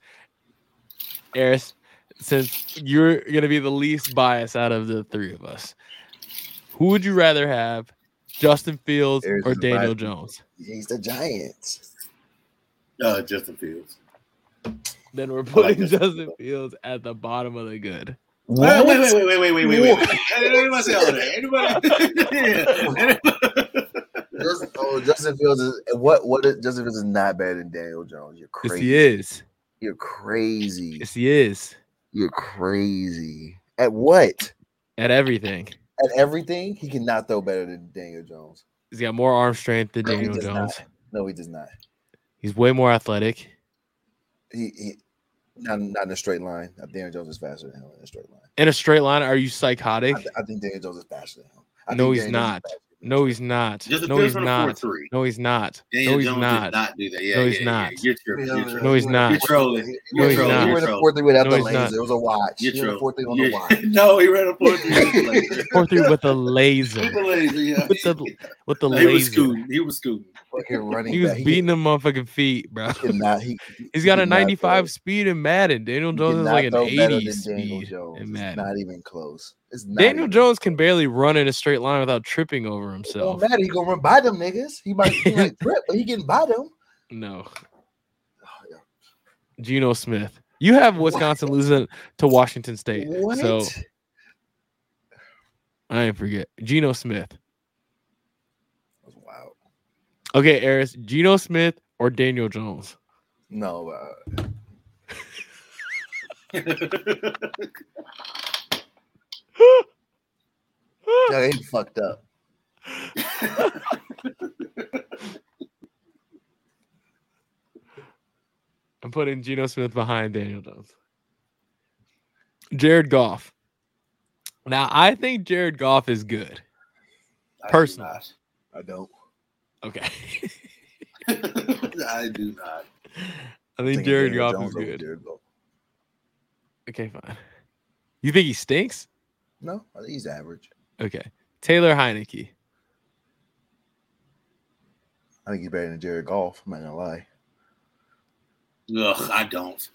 B: Eris, since you're gonna be the least biased out of the three of us, who would you rather have, Justin Fields
A: Aris
B: or
A: is a
B: Daniel
A: bias.
B: Jones?
A: He's the Giants.
C: Uh, Justin Fields.
B: Then we're
C: like
B: putting
C: Justin
B: Justin Fields at the bottom of the good.
C: Wait,
A: What?
C: wait, wait, wait, wait, wait, wait, wait, wait. Hey, Everybody say all that. Anybody?
A: Justin, oh, Justin Fields is what? What? Is, Justin Fields is not better than Daniel Jones. You're
B: Yes,
A: crazy.
B: he is.
A: You're crazy.
B: Yes, he is.
A: You're crazy. At what?
B: At everything,
A: At everything? He cannot throw better than Daniel Jones.
B: he's got more arm strength than
A: No, he
B: Daniel
A: does not.
B: Jones.
A: No, he does not.
B: He's way more athletic.
A: He, he not, not in a straight line. Daniel Jones is faster than him in a straight line.
B: In a straight line, are you
A: I,
B: psychotic?
A: th- I think Daniel Jones is faster than him. I
B: No,
A: think Daniel Jones
B: he's
A: is
B: not.
A: faster than him.
B: No, he's not.
C: Justin
B: No,
C: Fields
B: he's
C: from the four
B: not.
C: three.
B: No, he's not.
C: Daniel
B: No, he's
C: Jones
B: not.
C: did not do that. Yeah,
B: No,
C: yeah,
B: he's
C: yeah,
B: not.
C: yeah. You're tripping. You're tripping.
B: No, he's not.
A: You're
C: trolling.
A: You were
B: You're
A: in
B: trolling.
A: the
C: You're
A: four three without
B: No,
A: the
B: he's
A: laser.
B: not.
A: It was a watch.
C: You're
A: You were in the
C: trolling.
A: four three on the
C: You're-
A: watch.
C: no, he ran a four three.
B: Four three with a
C: He
B: laser.
C: was lazy, yeah.
B: With the With the
C: He was
B: laser.
C: scooting. He was scooting.
A: Fucking running
B: He was
A: back. He
B: beating them motherfucking feet, bro.
A: cannot- he-
B: He's got
A: he
B: a
A: cannot throw.
B: 95 speed in Madden. Daniel
A: He
B: Jones is
A: cannot
B: like an
A: throw better
B: 80
A: than Daniel
B: speed
A: Jones.
B: in
A: It's
B: Madden.
A: not even close. It's not
B: Daniel
A: even
B: Jones can barely run in a straight line without tripping over
A: It don't
B: himself.
A: matter. He gonna run by them niggas. He might, he might trip, but he getting by them.
B: No.
A: Oh, yeah.
B: Geno Smith. You have Wisconsin losing to Washington State.
A: What?
B: So I ain't forget. Geno Smith.
A: wow.
B: Okay, Eris, Geno Smith or Daniel Jones?
A: No, uh, no, he fucked up.
B: I'm putting Geno Smith behind Daniel Jones. Jared Goff. Now, I think Jared Goff is good.
C: I
B: Personal.
A: I don't.
B: Okay.
C: do not. I do not.
B: I think
A: Thinking
B: Jared
A: Daniel
B: Goff
A: Jones
B: is
A: over
B: good.
A: Jared Goff.
B: Okay, fine. You think he stinks?
A: No, I think he's average.
B: Okay. Taylor Heineke.
A: I think he's better than Jared Goff. I'm not gonna lie.
C: Ugh, I don't.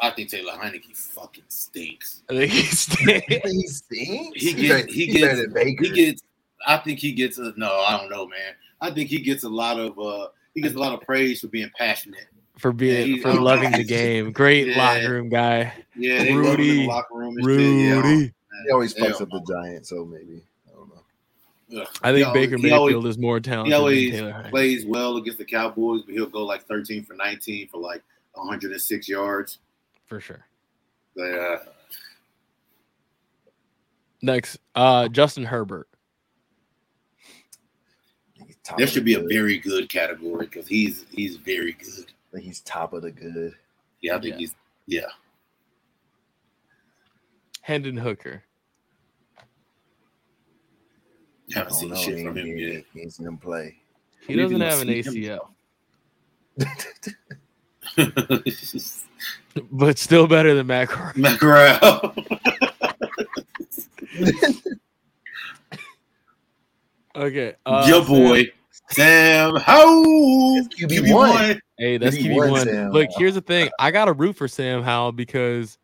C: I think Taylor Heineke fucking stinks.
B: I think he
A: You
B: stinks.
A: think he stinks.
C: He
A: He's
C: gets-
A: better-
C: he
A: he's better
C: gets-
A: than Baker.
C: He gets. I think he gets a no. I don't know, man. I think he gets a lot of. uh He gets a lot of praise for being passionate.
B: for being
C: he's-
B: for loving the game. Great
C: Yeah.
B: locker room guy.
C: Yeah, they love him in
B: Rudy.
C: the locker room. and shit, yeah.
B: Rudy.
A: he always fucks
C: Yeah.
A: up the Giants, so maybe I don't know.
C: Ugh.
B: I think
C: He always-
B: Baker
C: he always-
B: Mayfield is more talented
C: he always
B: than Taylor Heineke.
C: plays well against the Cowboys, but he'll go like 13 for 19 for like 106 yards. uh,
B: For sure.
C: Yeah.
B: Next, uh Justin Herbert.
A: I think he's top
C: There
A: of
C: should
A: the
C: be a
A: good.
C: very good category because he's he's very good.
A: I think he's top of the good.
C: Yeah, I think
B: Yeah.
C: he's yeah.
B: Hendon Hooker.
A: I
C: Haven't
A: don't
C: seen
A: know.
C: shit
A: He
C: from
A: ain't-
C: him
A: he
C: yet.
A: ain't- he ain't seen him play.
B: He
C: Maybe
B: doesn't
C: we'll
B: have an
C: see him.
B: ACL, but still better than Matt Corral.
C: McGraw.
B: Okay. uh,
C: Your
B: Sam-
C: boy. Sam Howell.
A: It's QB1.
B: Hey, that's
A: He
B: QB1.
A: won, Sam.
B: Look, here's the thing. I got to root for Sam Howell because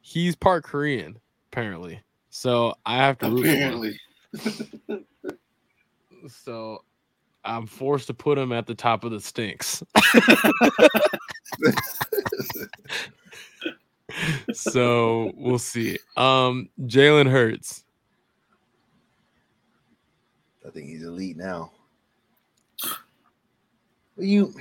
B: he's part Korean, apparently. So I have to root for
C: Apparently.
B: him. So I'm forced to put him at the top of the stinks. so we'll see. Um, Jalen Hurts.
A: I think he's elite now. Well, you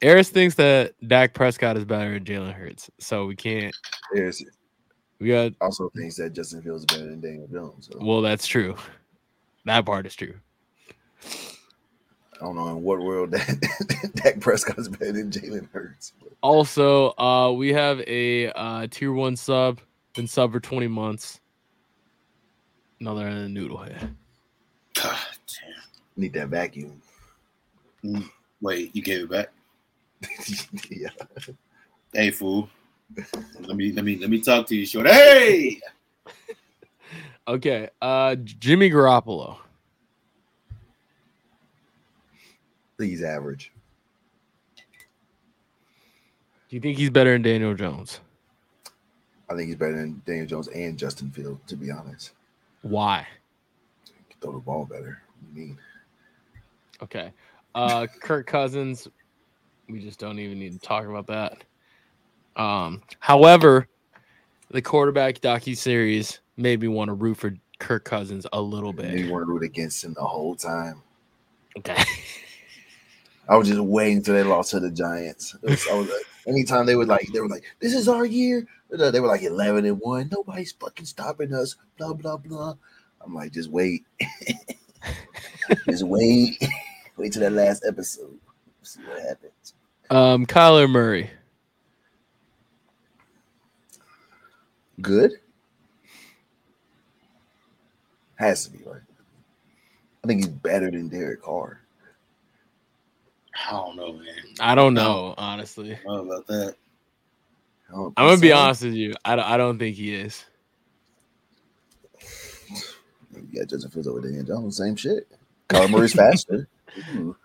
B: Eris thinks that Dak Prescott is better than Jalen Hurts. So we can't.
A: there's
B: We got
A: also things that Justin Fields is better than Daniel Jones. So
B: Well, that's true. That part is true.
A: I don't know in what world that Dak Prescott is better than Jalen Hurts. But
B: Also, uh, we have a uh, tier one sub, been sub for 20 months. Another noodle head.
C: God,
A: Need that vacuum.
C: wait, you gave it back.
A: yeah.
C: Hey, fool. Let me let me let me talk to you short. Hey,
B: Okay, uh, Jimmy Garoppolo.
A: I think he's average.
B: Do you think he's better than Daniel Jones?
A: I think he's better than Daniel Jones and Justin Field, to be honest.
B: Why?
A: He can throw the ball better. What do you mean?
B: Okay. Uh Kirk Cousins, we just don't even need to talk about that. Um, however, the quarterback docu series made me want to root for Kirk Cousins a little
A: And
B: bit.
A: you weren't rooting against him the whole time.
B: Okay.
A: I was just waiting till they lost to the Giants. It was- I was like, anytime they would like, they were like, "This is our year." They were like eleven and one. Nobody's fucking stopping us. Blah blah blah. I'm like, just wait, just wait, wait till that last episode. See what happens.
B: Um, Kyler Murray.
A: Good. Has to be right. I think he's better than Derek Carr.
C: I don't know, man.
B: I don't know, honestly.
C: I don't know about that.
A: I don't
B: I'm gonna
A: think
B: be
A: so.
B: honest with you. I don't, I don't think he is.
A: You got Justin Fields over Daniel Jones. Same shit. Kyler Murray's faster. Hmm. Ooh.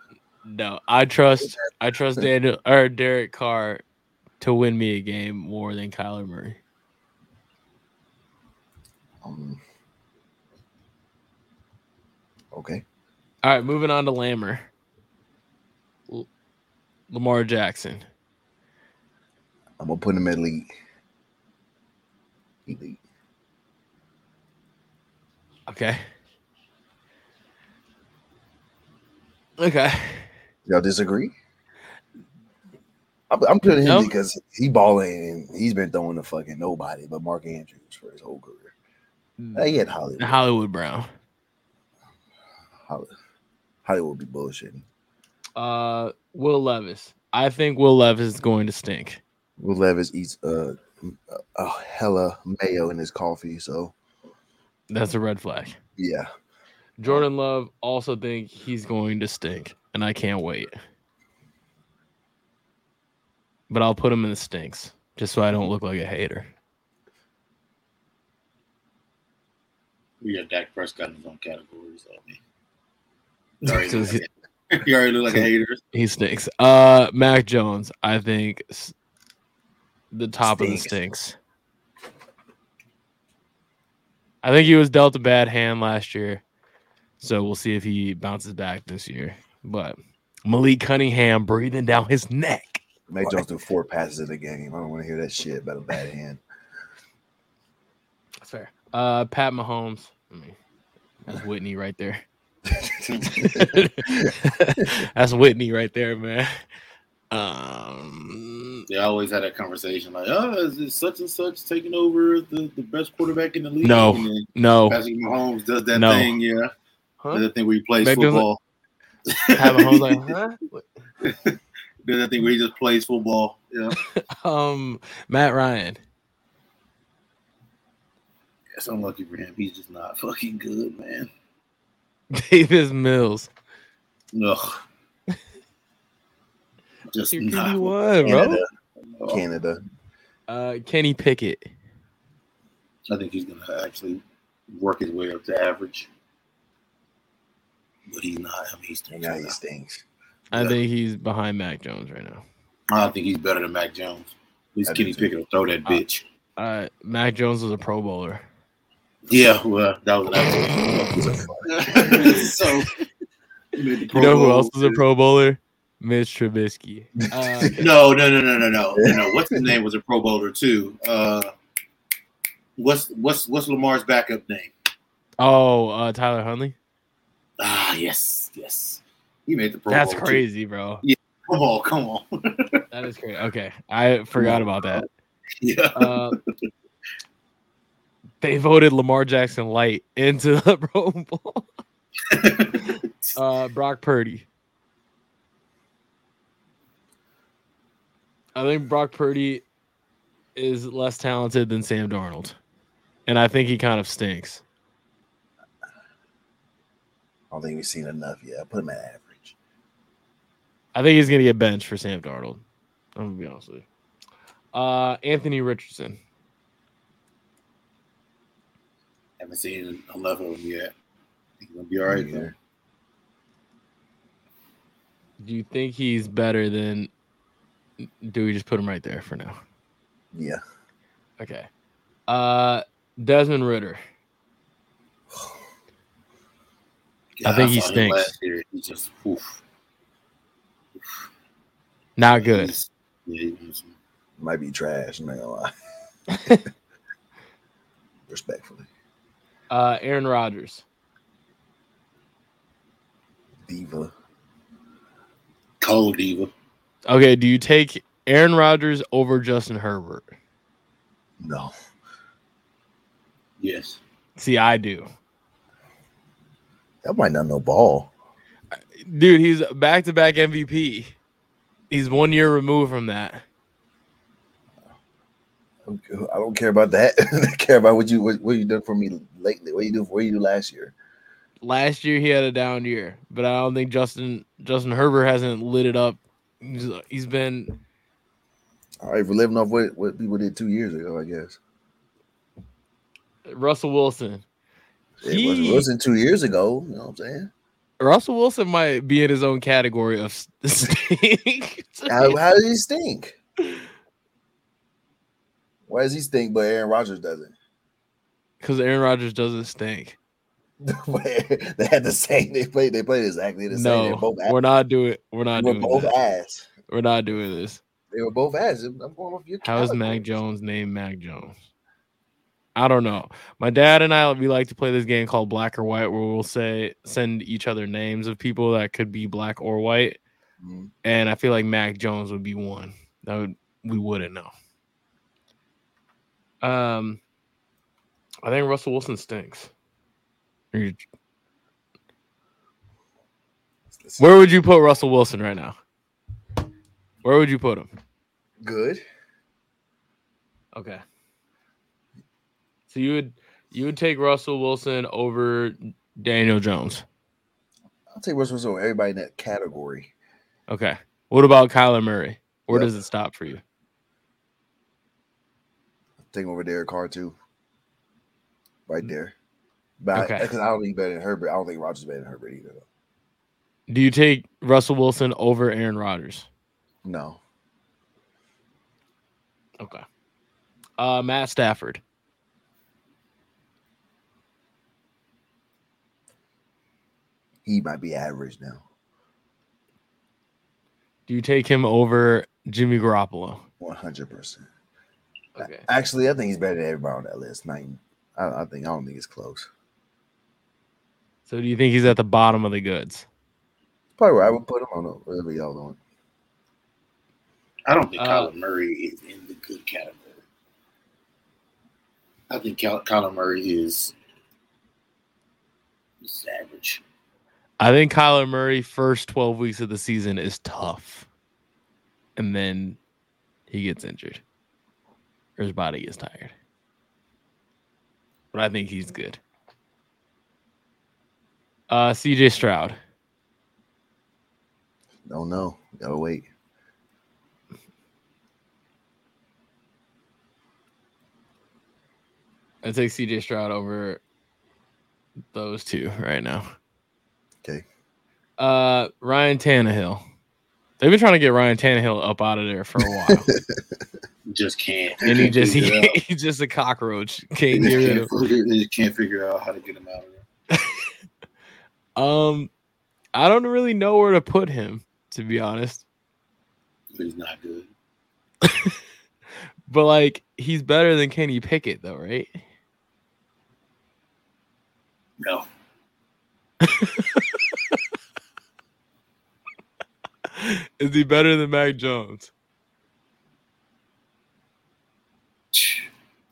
B: No, I trust I trust Daniel or Derek Carr to win me a game more than Kyler Murray.
A: Um, okay.
B: All right, moving on to Lammer. L- Lamar Jackson.
A: I'm gonna put him at elite. Elite.
B: Okay. Okay.
A: Y'all disagree? I'm, I'm putting him
B: No.
A: because he balling and he's been throwing to fucking nobody but Mark Andrews for his whole career. Uh, he had Hollywood.
B: Hollywood Brown.
A: Holly- Hollywood be bullshitting.
B: Uh Will Levis. I think Will Levis is going to stink.
A: Will Levis eats uh, a, a hella mayo in his coffee, so
B: That's a red flag.
A: yeah.
B: Jordan Love also think he's going to stink, and I can't wait. But I'll put him in the stinks just so I don't look like a hater.
C: We got Dak Prescott in his own categories. I mean, you already,
B: So
C: look
B: he-
C: like, a- you already look like a hater.
B: He stinks. Uh, Mac Jones, I think s- the top of the stinks. I think he was dealt a bad hand last year, so we'll see if he bounces back this year. But Malik Cunningham breathing down his neck.
A: Mac Jones threw four passes in the game. I don't want to hear that shit about a bad hand.
B: That's fair. Uh, Pat Mahomes. I mean, that's Whitney right there. that's Whitney right there, man. Um,
C: They always had that conversation like, oh, is it such and such taking over the, the best quarterback in the league?
B: No.
C: And then
B: no,
C: Patrick Mahomes does that
B: Oh. No.
C: thing, yeah.
B: Huh?
C: Does that thing where he plays
B: Back to the-
C: football.
B: Pat Mahomes like, huh?
C: Does that thing where he just plays football. Yeah.
B: Um, Matt Ryan.
C: It's unlucky for him. He's just not fucking good, man.
B: Davis Mills.
C: Ugh. Just
B: You're
C: not.
B: kidding what, bro?
A: Canada.
C: Oh,
A: Canada.
B: Uh, Kenny Pickett.
C: I think he's gonna actually work his way up to average. But he's not. I mean, he's
A: And now he stinks.
B: I
C: Yeah.
B: think he's behind Mac Jones right now.
C: I don't think he's better than Mac Jones. At least
A: I do
C: Kenny
A: too.
C: Pickett will throw that
B: Uh,
C: bitch.
B: Uh, Mac Jones was a Pro Bowler.
C: yeah, well, that was
A: He's a
C: an
A: fuck.
C: accident. so,
B: You know who else was a Pro Bowler? Mitch Trubisky. Uh,
C: No, no, no, no, no, no, no. no. What's his name was a Pro Bowler too. Uh, what's what's what's Lamar's backup name?
B: oh, uh, Tyler Huntley.
C: Ah, yes, yes. He made the Pro
B: That's
C: Bowl. too.
B: crazy, bro.
C: Come on, come on.
B: That is crazy. Okay, I forgot about that.
C: yeah.
B: Uh, they voted Lamar Jackson light into the Pro Bowl. Uh, Brock Purdy. I think Brock Purdy is less talented than Sam Darnold, and I think he kind of stinks.
A: I don't think we've seen enough yet. I put him at average.
B: I think he's gonna get benched for Sam Darnold. I'm gonna be honest with you. Uh, Anthony Richardson.
C: Haven't seen enough of him yet. He's gonna be all right
A: Yeah.
C: though.
B: Do you think he's better than? Do we just put him right there for now?
A: Yeah.
B: Okay. Uh, Desmond Ritter. I
C: God,
B: think he
C: saw him
B: stinks.
C: last year. He just oof.
B: Not good.
C: He's- Yeah, he was-
A: Might be trash. I'm not gonna lie. Respectfully,
B: Uh, Aaron Rodgers.
A: diva.
C: cold diva.
B: Okay, do you take Aaron Rodgers over Justin Herbert?
A: No,
C: Yes.
B: See, I do.
A: that might not know ball.
B: Dude, he's back to back MVP. He's one year removed from that.
A: I don't care about that. I care about what you what, what you done for me lately. What you do what you do last year.
B: Last year he had a down year, but I don't think Justin Justin Herbert hasn't lit it up. He's, he's been
A: All right, we're living off what, what people did two years ago, I guess.
B: Russell Wilson.
A: It wasn't,
B: He-
A: wasn't two years ago. You know what I'm saying?
B: Russell Wilson might be in his own category of s- stink.
A: How, how does he stink? Why does he stink, but Aaron Rodgers doesn't?
B: Because Aaron Rodgers doesn't stink.
A: they had the same. They played. They played exactly the same. They
B: No,
A: both ass.
B: we're not doing. We're
A: They
B: not
A: were
B: doing.
A: both
B: this.
A: ass.
B: We're not doing this.
A: They were both ass. I'm I'm going off your.
B: How is
A: caliber.
B: Mac Jones named Mac Jones? I don't know. My dad and I we like to play this game called Black or White, where we'll say send each other names of people that could be black or white,
A: Mhm.
B: and I feel like Mac Jones would be one. That would we wouldn't know. Um, I think Russell Wilson stinks. Where
A: Let's see.
B: would you put Russell Wilson right now? Where would you put him?
A: Good.
B: Okay. So you would you would take Russell Wilson over Daniel Jones.
A: I'll take Russell Wilson over everybody in that category.
B: Okay. What about Kyler Murray? Where
A: Yep.
B: does it stop for you?
A: Take him over Derek Carr too. Right there. But
B: Mm. Okay.
A: I, 'cause I don't think he's better than Herbert. I don't think Rodgers is better than Herbert either. Though.
B: Do you take Russell Wilson over Aaron Rodgers?
A: No.
B: Okay. Uh Matt Stafford.
A: He might be average now.
B: Do you take him over Jimmy Garoppolo?
A: One hundred percent.
B: Okay.
A: Actually, I think he's better than everybody on that list. Not even, I, I think I don't think it's close.
B: So do you think he's at the bottom of the goods?
A: Probably where I would put him on whatever y'all doing.
C: I don't think
B: Uh,
C: Kyler Murray is in the good category. I think Cal- Kyler Murray is, is average.
B: I think Kyler Murray first 12 weeks of the season is tough. And then he gets injured. Or his body gets tired. But I think he's good. Uh CJ Stroud.
A: Don't know. Gotta wait.
B: I take CJ Stroud over those two right now.
A: Okay.
B: Uh Ryan Tannehill. They've been trying to get Ryan Tannehill up out of there for a while.
C: Just can't.
B: and he just
C: Figure it
B: he,
C: out.
B: he's just a cockroach.
C: They
B: Can't
C: just
B: get rid of him.
C: can't figure- they just can't figure out how to get him out of there.
B: Um, I don't really know where to put him, to be honest.
C: He's not good.
B: But like, he's better than Kenny Pickett, though, right?
C: No.
B: Is he better than Mac Jones?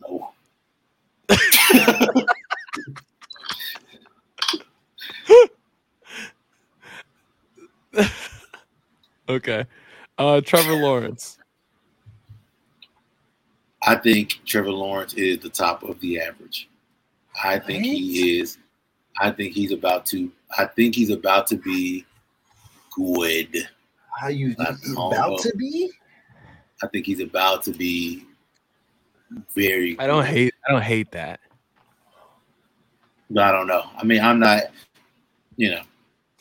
C: No.
B: Okay. Uh, Trevor Lawrence.
C: I think Trevor Lawrence is the top of the average. I think he is. I think he's about to. I think he's about to be good.
A: How you
C: That's
A: he's
C: all
A: about
C: up.
A: to be?
C: I think he's about to be very.
B: I don't
C: good.
B: hate. I don't hate that.
C: But I don't know. I mean, I'm not. You know,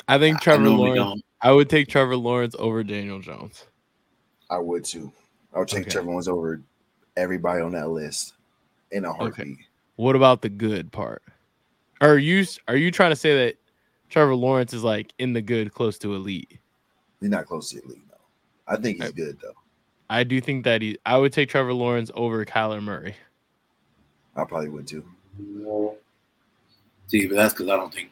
B: I think Trevor
C: normally
B: Lawrence.
C: don't.
B: I would take Trevor Lawrence over Daniel Jones.
A: I would too. I would take
B: Okay.
A: Trevor Lawrence over everybody on that list in a heartbeat.
B: What about the good part? Are you are you trying to say that Trevor Lawrence is like in the good, close to elite?
A: He's not close to the league though. I think he's
B: Okay.
A: good though.
B: I do think that he. I would take Trevor Lawrence over Kyler Murray.
A: I probably would too.
C: See, but that's because I don't think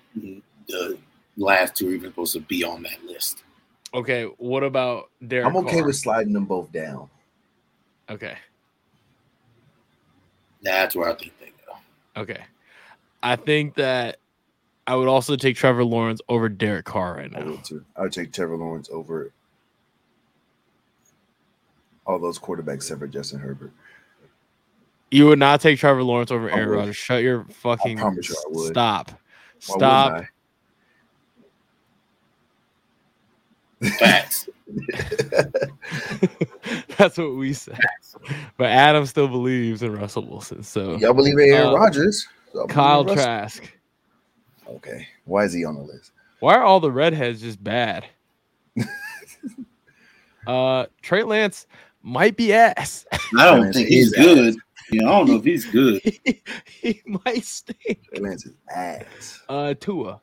C: the last two are even supposed to be on that list.
B: Okay. What about Derek?
A: I'm okay
B: Carr?
A: with sliding them both down.
B: Okay.
C: That's where I think they go.
B: Okay. I think that I would also take Trevor Lawrence over Derek Carr right
A: I
B: now.
A: would too. I would take Trevor Lawrence over all those quarterbacks except for Justin Herbert.
B: You would not take Trevor Lawrence over Aaron
A: would.
B: Rodgers. Shut your fucking
A: promise you I would.
B: stop.
A: Why wouldn't
B: Stop.
C: Facts.
B: That's what we said. But Adam still believes in Russell Wilson. So
A: I? Y'all believe in Aaron
B: Uh,
A: Rodgers? Y'all believe in
B: Kyle
A: Russell?
B: Trask.
A: Okay. Why is he on the list?
B: Why are all the redheads just bad? uh Trey Lance might be ass.
C: I don't
A: Lance
C: think
A: is
C: he's good. You know, I don't know if he's good.
B: he, he might stink.
A: Trey Lance is ass.
B: Uh Tua.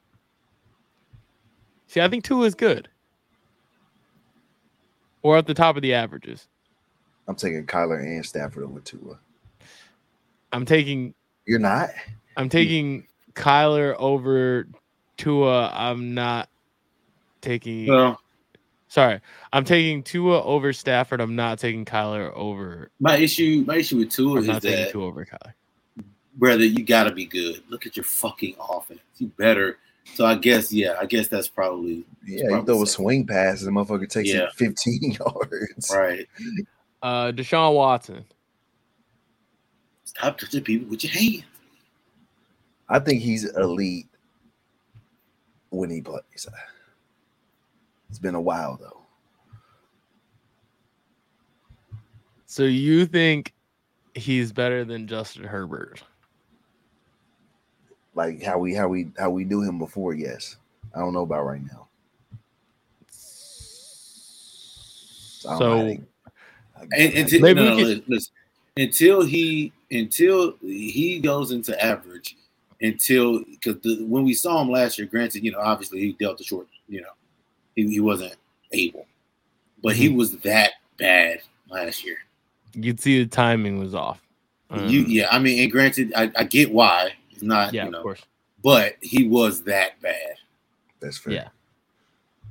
B: See, I think Tua is good. Or at the top of the averages.
A: I'm taking Kyler and Stafford over Tua.
B: I'm taking
A: You're not?
B: I'm taking Kyler over Tua. I'm not taking
C: Well,
B: sorry. I'm taking Tua over Stafford. I'm not taking Kyler over
C: my issue, my issue with Tua
B: I'm
C: is
B: not taking
C: that,
B: Tua over Kyler.
C: brother, you got to be good. Look at your fucking offense. You better. So I guess, yeah, I guess that's probably
A: Yeah, you throw a swing pass and the motherfucker takes
C: Yeah.
A: it 15 yards.
C: right.
B: Uh Deshaun Watson.
C: Stop touching people with your hands.
A: I think he's elite when he plays. It's been a while though.
B: So you think he's better than Justin Herbert?
A: Like how we how we how we knew him before, yes. I don't know about right now. So, I don't know how
B: So
A: they-
C: And, until,
B: Maybe
C: no,
B: we
C: no,
B: could-
C: listen, listen. until he until he goes into average, until because when we saw him last year, granted, you know, obviously he dealt the short, you know, he, he wasn't able, but he
B: Mm-hmm.
C: was that bad last year.
B: you'd see the timing was off.
C: You,
B: Um,
C: yeah, I mean, and granted, I, I get why it's not,
B: yeah,
C: you
B: of
C: know,
B: course.
C: but he was that bad.
A: that's fair.
B: Yeah.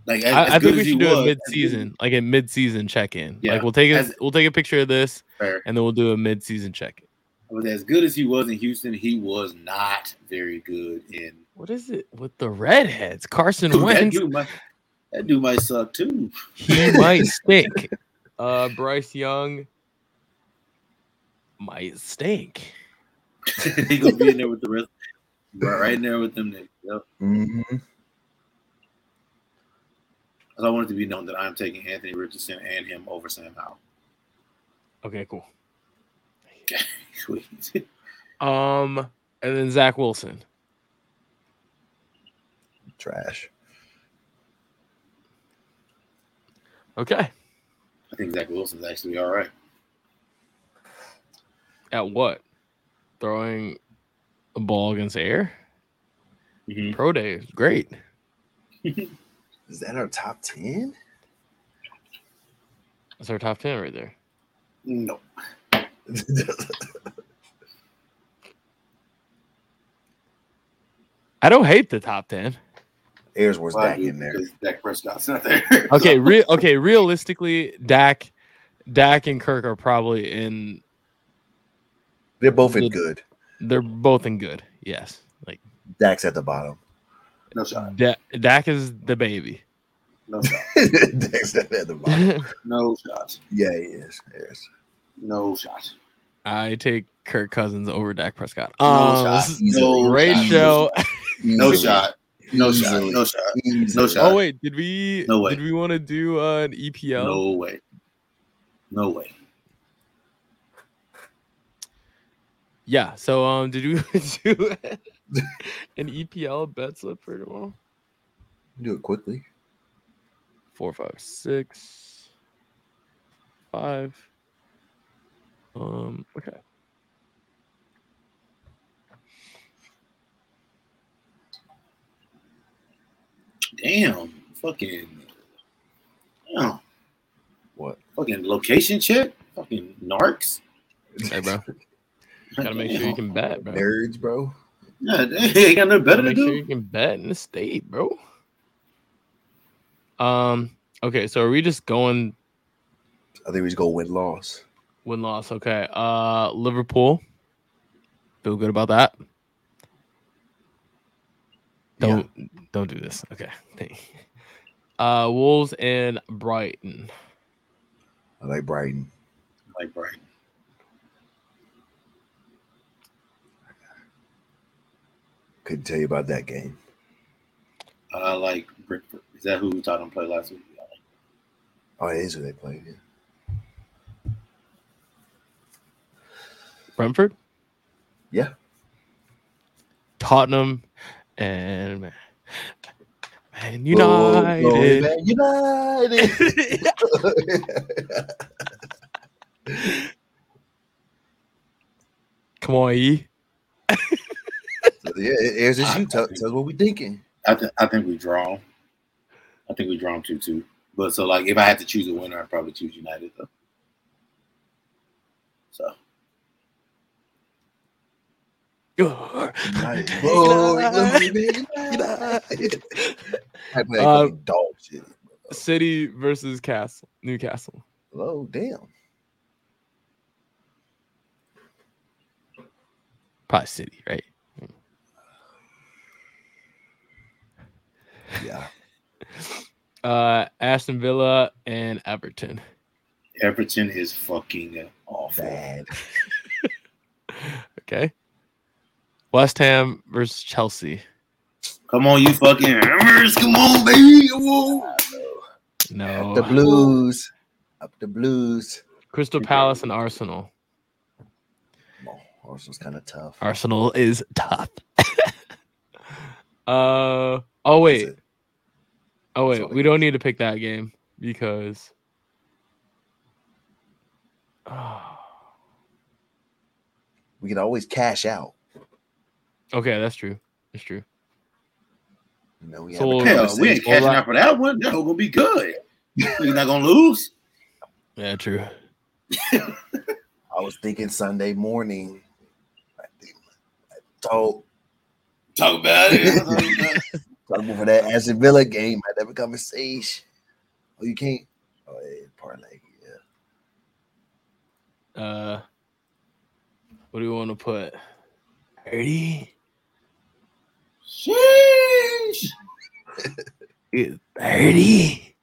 C: Like as, as
B: I, I
C: good
B: think we
C: as
B: should
C: he
B: do
C: was,
B: a
C: as good-
B: mid-season, like a mid-season check-in.
C: Yeah,
B: Like we'll take a
C: as-
B: we'll take a picture of this,
C: Fair.
B: and then we'll do a mid-season check-in.
C: But as good as he was in Houston, he was not very good in
B: What is it with the redheads? Carson
C: Dude, that
B: Wentz,
C: dude might that dude might suck too.
B: he might stink. Uh, Bryce Young might stink.
C: he gonna be in there with the rest, right, right in there with them niggas. Yep.
A: Mhm.
C: So I want it to be known that I'm taking Anthony Richardson and him over Sam Howell.
B: Okay, cool.
C: Sweet.
B: Um, and then Zach Wilson.
A: Trash.
B: Okay,
C: I think Zach Wilson's actually all right.
B: at what? Throwing a ball against the air. Pro day, is great.
A: Is that our top ten?
B: That's our top ten right there.
C: No,
B: I don't hate the top ten.
A: Airsworth's
C: Why?
A: back in there.
C: Because Dak Prescott's not there.
B: Okay, re- okay. Realistically, Dak, Dak and Kirk are probably in.
A: They're both in
B: Good.
A: good.
B: They're both in good. Yes, like
A: Dak's at the bottom.
C: no shot.
B: da- Dak is the baby.
C: No shot.
A: Dak's at the bottom.
C: No shot.
A: Yeah, he is. Yes.
C: No shot.
B: I take Kirk Cousins over Dak Prescott.
C: No
B: Um,
C: shot.
B: this is
A: Easily.
C: No
B: a great
C: shot.
B: show.
C: No
A: Easily.
C: shot. No shot.
A: Easily.
C: No shot.
A: Easily.
C: No shot.
B: Oh wait, did we?
C: No way.
B: Did we want to do uh, an EPL?
C: No way. No way.
B: Yeah. So um, did we do an EPL bet slip for tomorrow?
A: Do it quickly.
B: Four, five, six, five. Um. Okay.
C: Damn. Fucking. Damn.
A: What?
C: Fucking location check. Fucking narcs.
B: Hey, bro. Gotta make sure you can bet, bro.
A: Nerds, bro.
C: Yeah, they ain't got nothing better
B: Gotta
C: to
B: make
C: do.
B: sure you can bet in the state, bro. Um. Okay. So are we just going
A: I think we just go win loss.
B: win loss? Okay. Uh, Liverpool. Feel good about that. Don't don't do this. Okay. Thank- Uh, Wolves and Brighton.
A: I like Brighton.
C: Like, right.
A: Couldn't tell you about that game.
C: I like Brentford. Is that who we taught him to play last week?
A: Oh, it is who they played. Yeah.
B: Brentford.
A: Yeah.
B: Tottenham and Man, Man
A: Oh, boy,
B: United.
A: man, United.
B: Come on, E.
A: So, yeah, it- it's just you. Tell, tell us what we thinking.
C: I, th- I think we draw. I think we draw him 2 2. But so, like, if I had to choose a winner, I'd probably choose United, though. So,
A: United.
B: United.
A: Boy, man, United. I play that
B: Uh,
A: game dog shit.
B: City versus Castle, Newcastle.
A: Oh, damn.
B: Probably City, right?
A: Yeah.
B: Uh, Aston Villa and Everton.
C: Everton is fucking awful.
A: Bad.
B: Okay. West Ham versus Chelsea.
C: Come on, you fucking hammers. Come on, baby. Come on.
B: No.
A: Up the blues. Up the blues.
B: Crystal Palace and Arsenal.
A: Oh, Arsenal's kind of tough.
B: Arsenal is tough. uh oh wait.
A: That's it.
B: Oh
A: That's
B: wait,
A: all
B: we don't need to pick that game because.
A: We can always cash out.
B: okay, that's true. That's true.
A: You know, we
B: So
A: have a
B: we'll-
C: Hell,
A: conversation.
C: we ain't cashing out for that one. That's going to be good. You're not going to lose.
B: Yeah, true.
A: I was thinking Sunday morning. I think- I told
C: Talk about it.
A: talking for that Aston Villa game. I had that conversation. Oh, you can't. Oh, yeah, parlay. Yeah.
B: Uh, what do we want to put? Thirty.
C: Sheesh.
B: Thirty.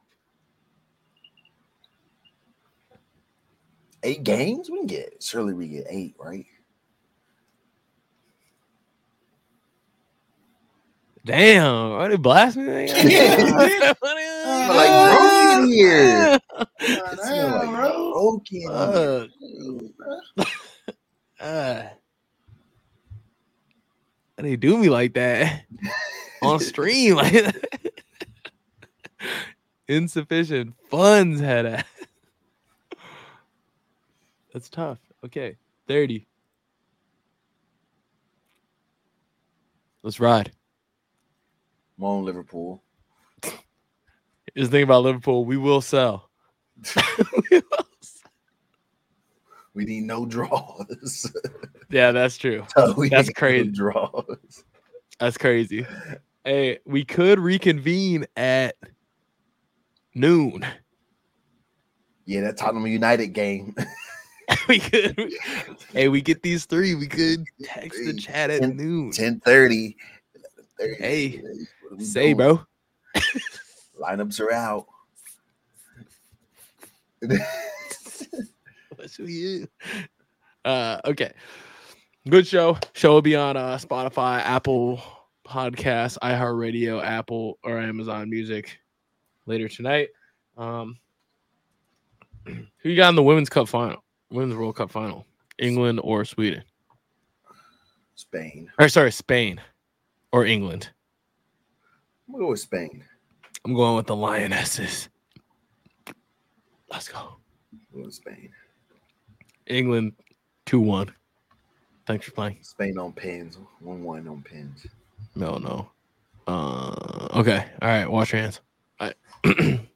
A: Eight games we can get. Surely we get eight, right?
B: Damn, are they blasting me?
A: I feel like broken here. I feel
C: Damn,
A: like
C: bro.
A: broken here.
B: Fuck. Uh, and they do me like that on stream. like that. Insufficient funds had a. That's tough. Okay, 30. Let's ride.
A: I'm on Liverpool.
B: Here's the thing about Liverpool we will sell.
A: We need no draws.
B: yeah, that's true.
A: So we
B: That's
A: need no
B: crazy.
A: draws.
B: That's crazy. Hey, we could reconvene at noon.
A: Yeah, that Tottenham United game.
B: we could. Hey, we get these three. We could text the
A: Three.
B: chat at
A: Ten-
B: noon.
A: 10 30.
B: Hey, Say, bro.
A: Lineups are out.
B: What should we do? Uh, okay. Good show. Show will be on uh, Spotify, Apple Podcasts, iHeartRadio, Apple, or Amazon Music later tonight. Um, who you got in the Women's Cup final? Women's World Cup final? England or Sweden?
A: Spain.
B: Or sorry, Spain or England?
A: I'm gonna go with Spain.
B: I'm going with the Lionesses. Let's go.
A: I'm going with Spain.
B: England 2 1. Thanks for playing.
A: Spain on pins. One one on pins.
B: No, no. Uh, okay. All right. Wash your hands. All right.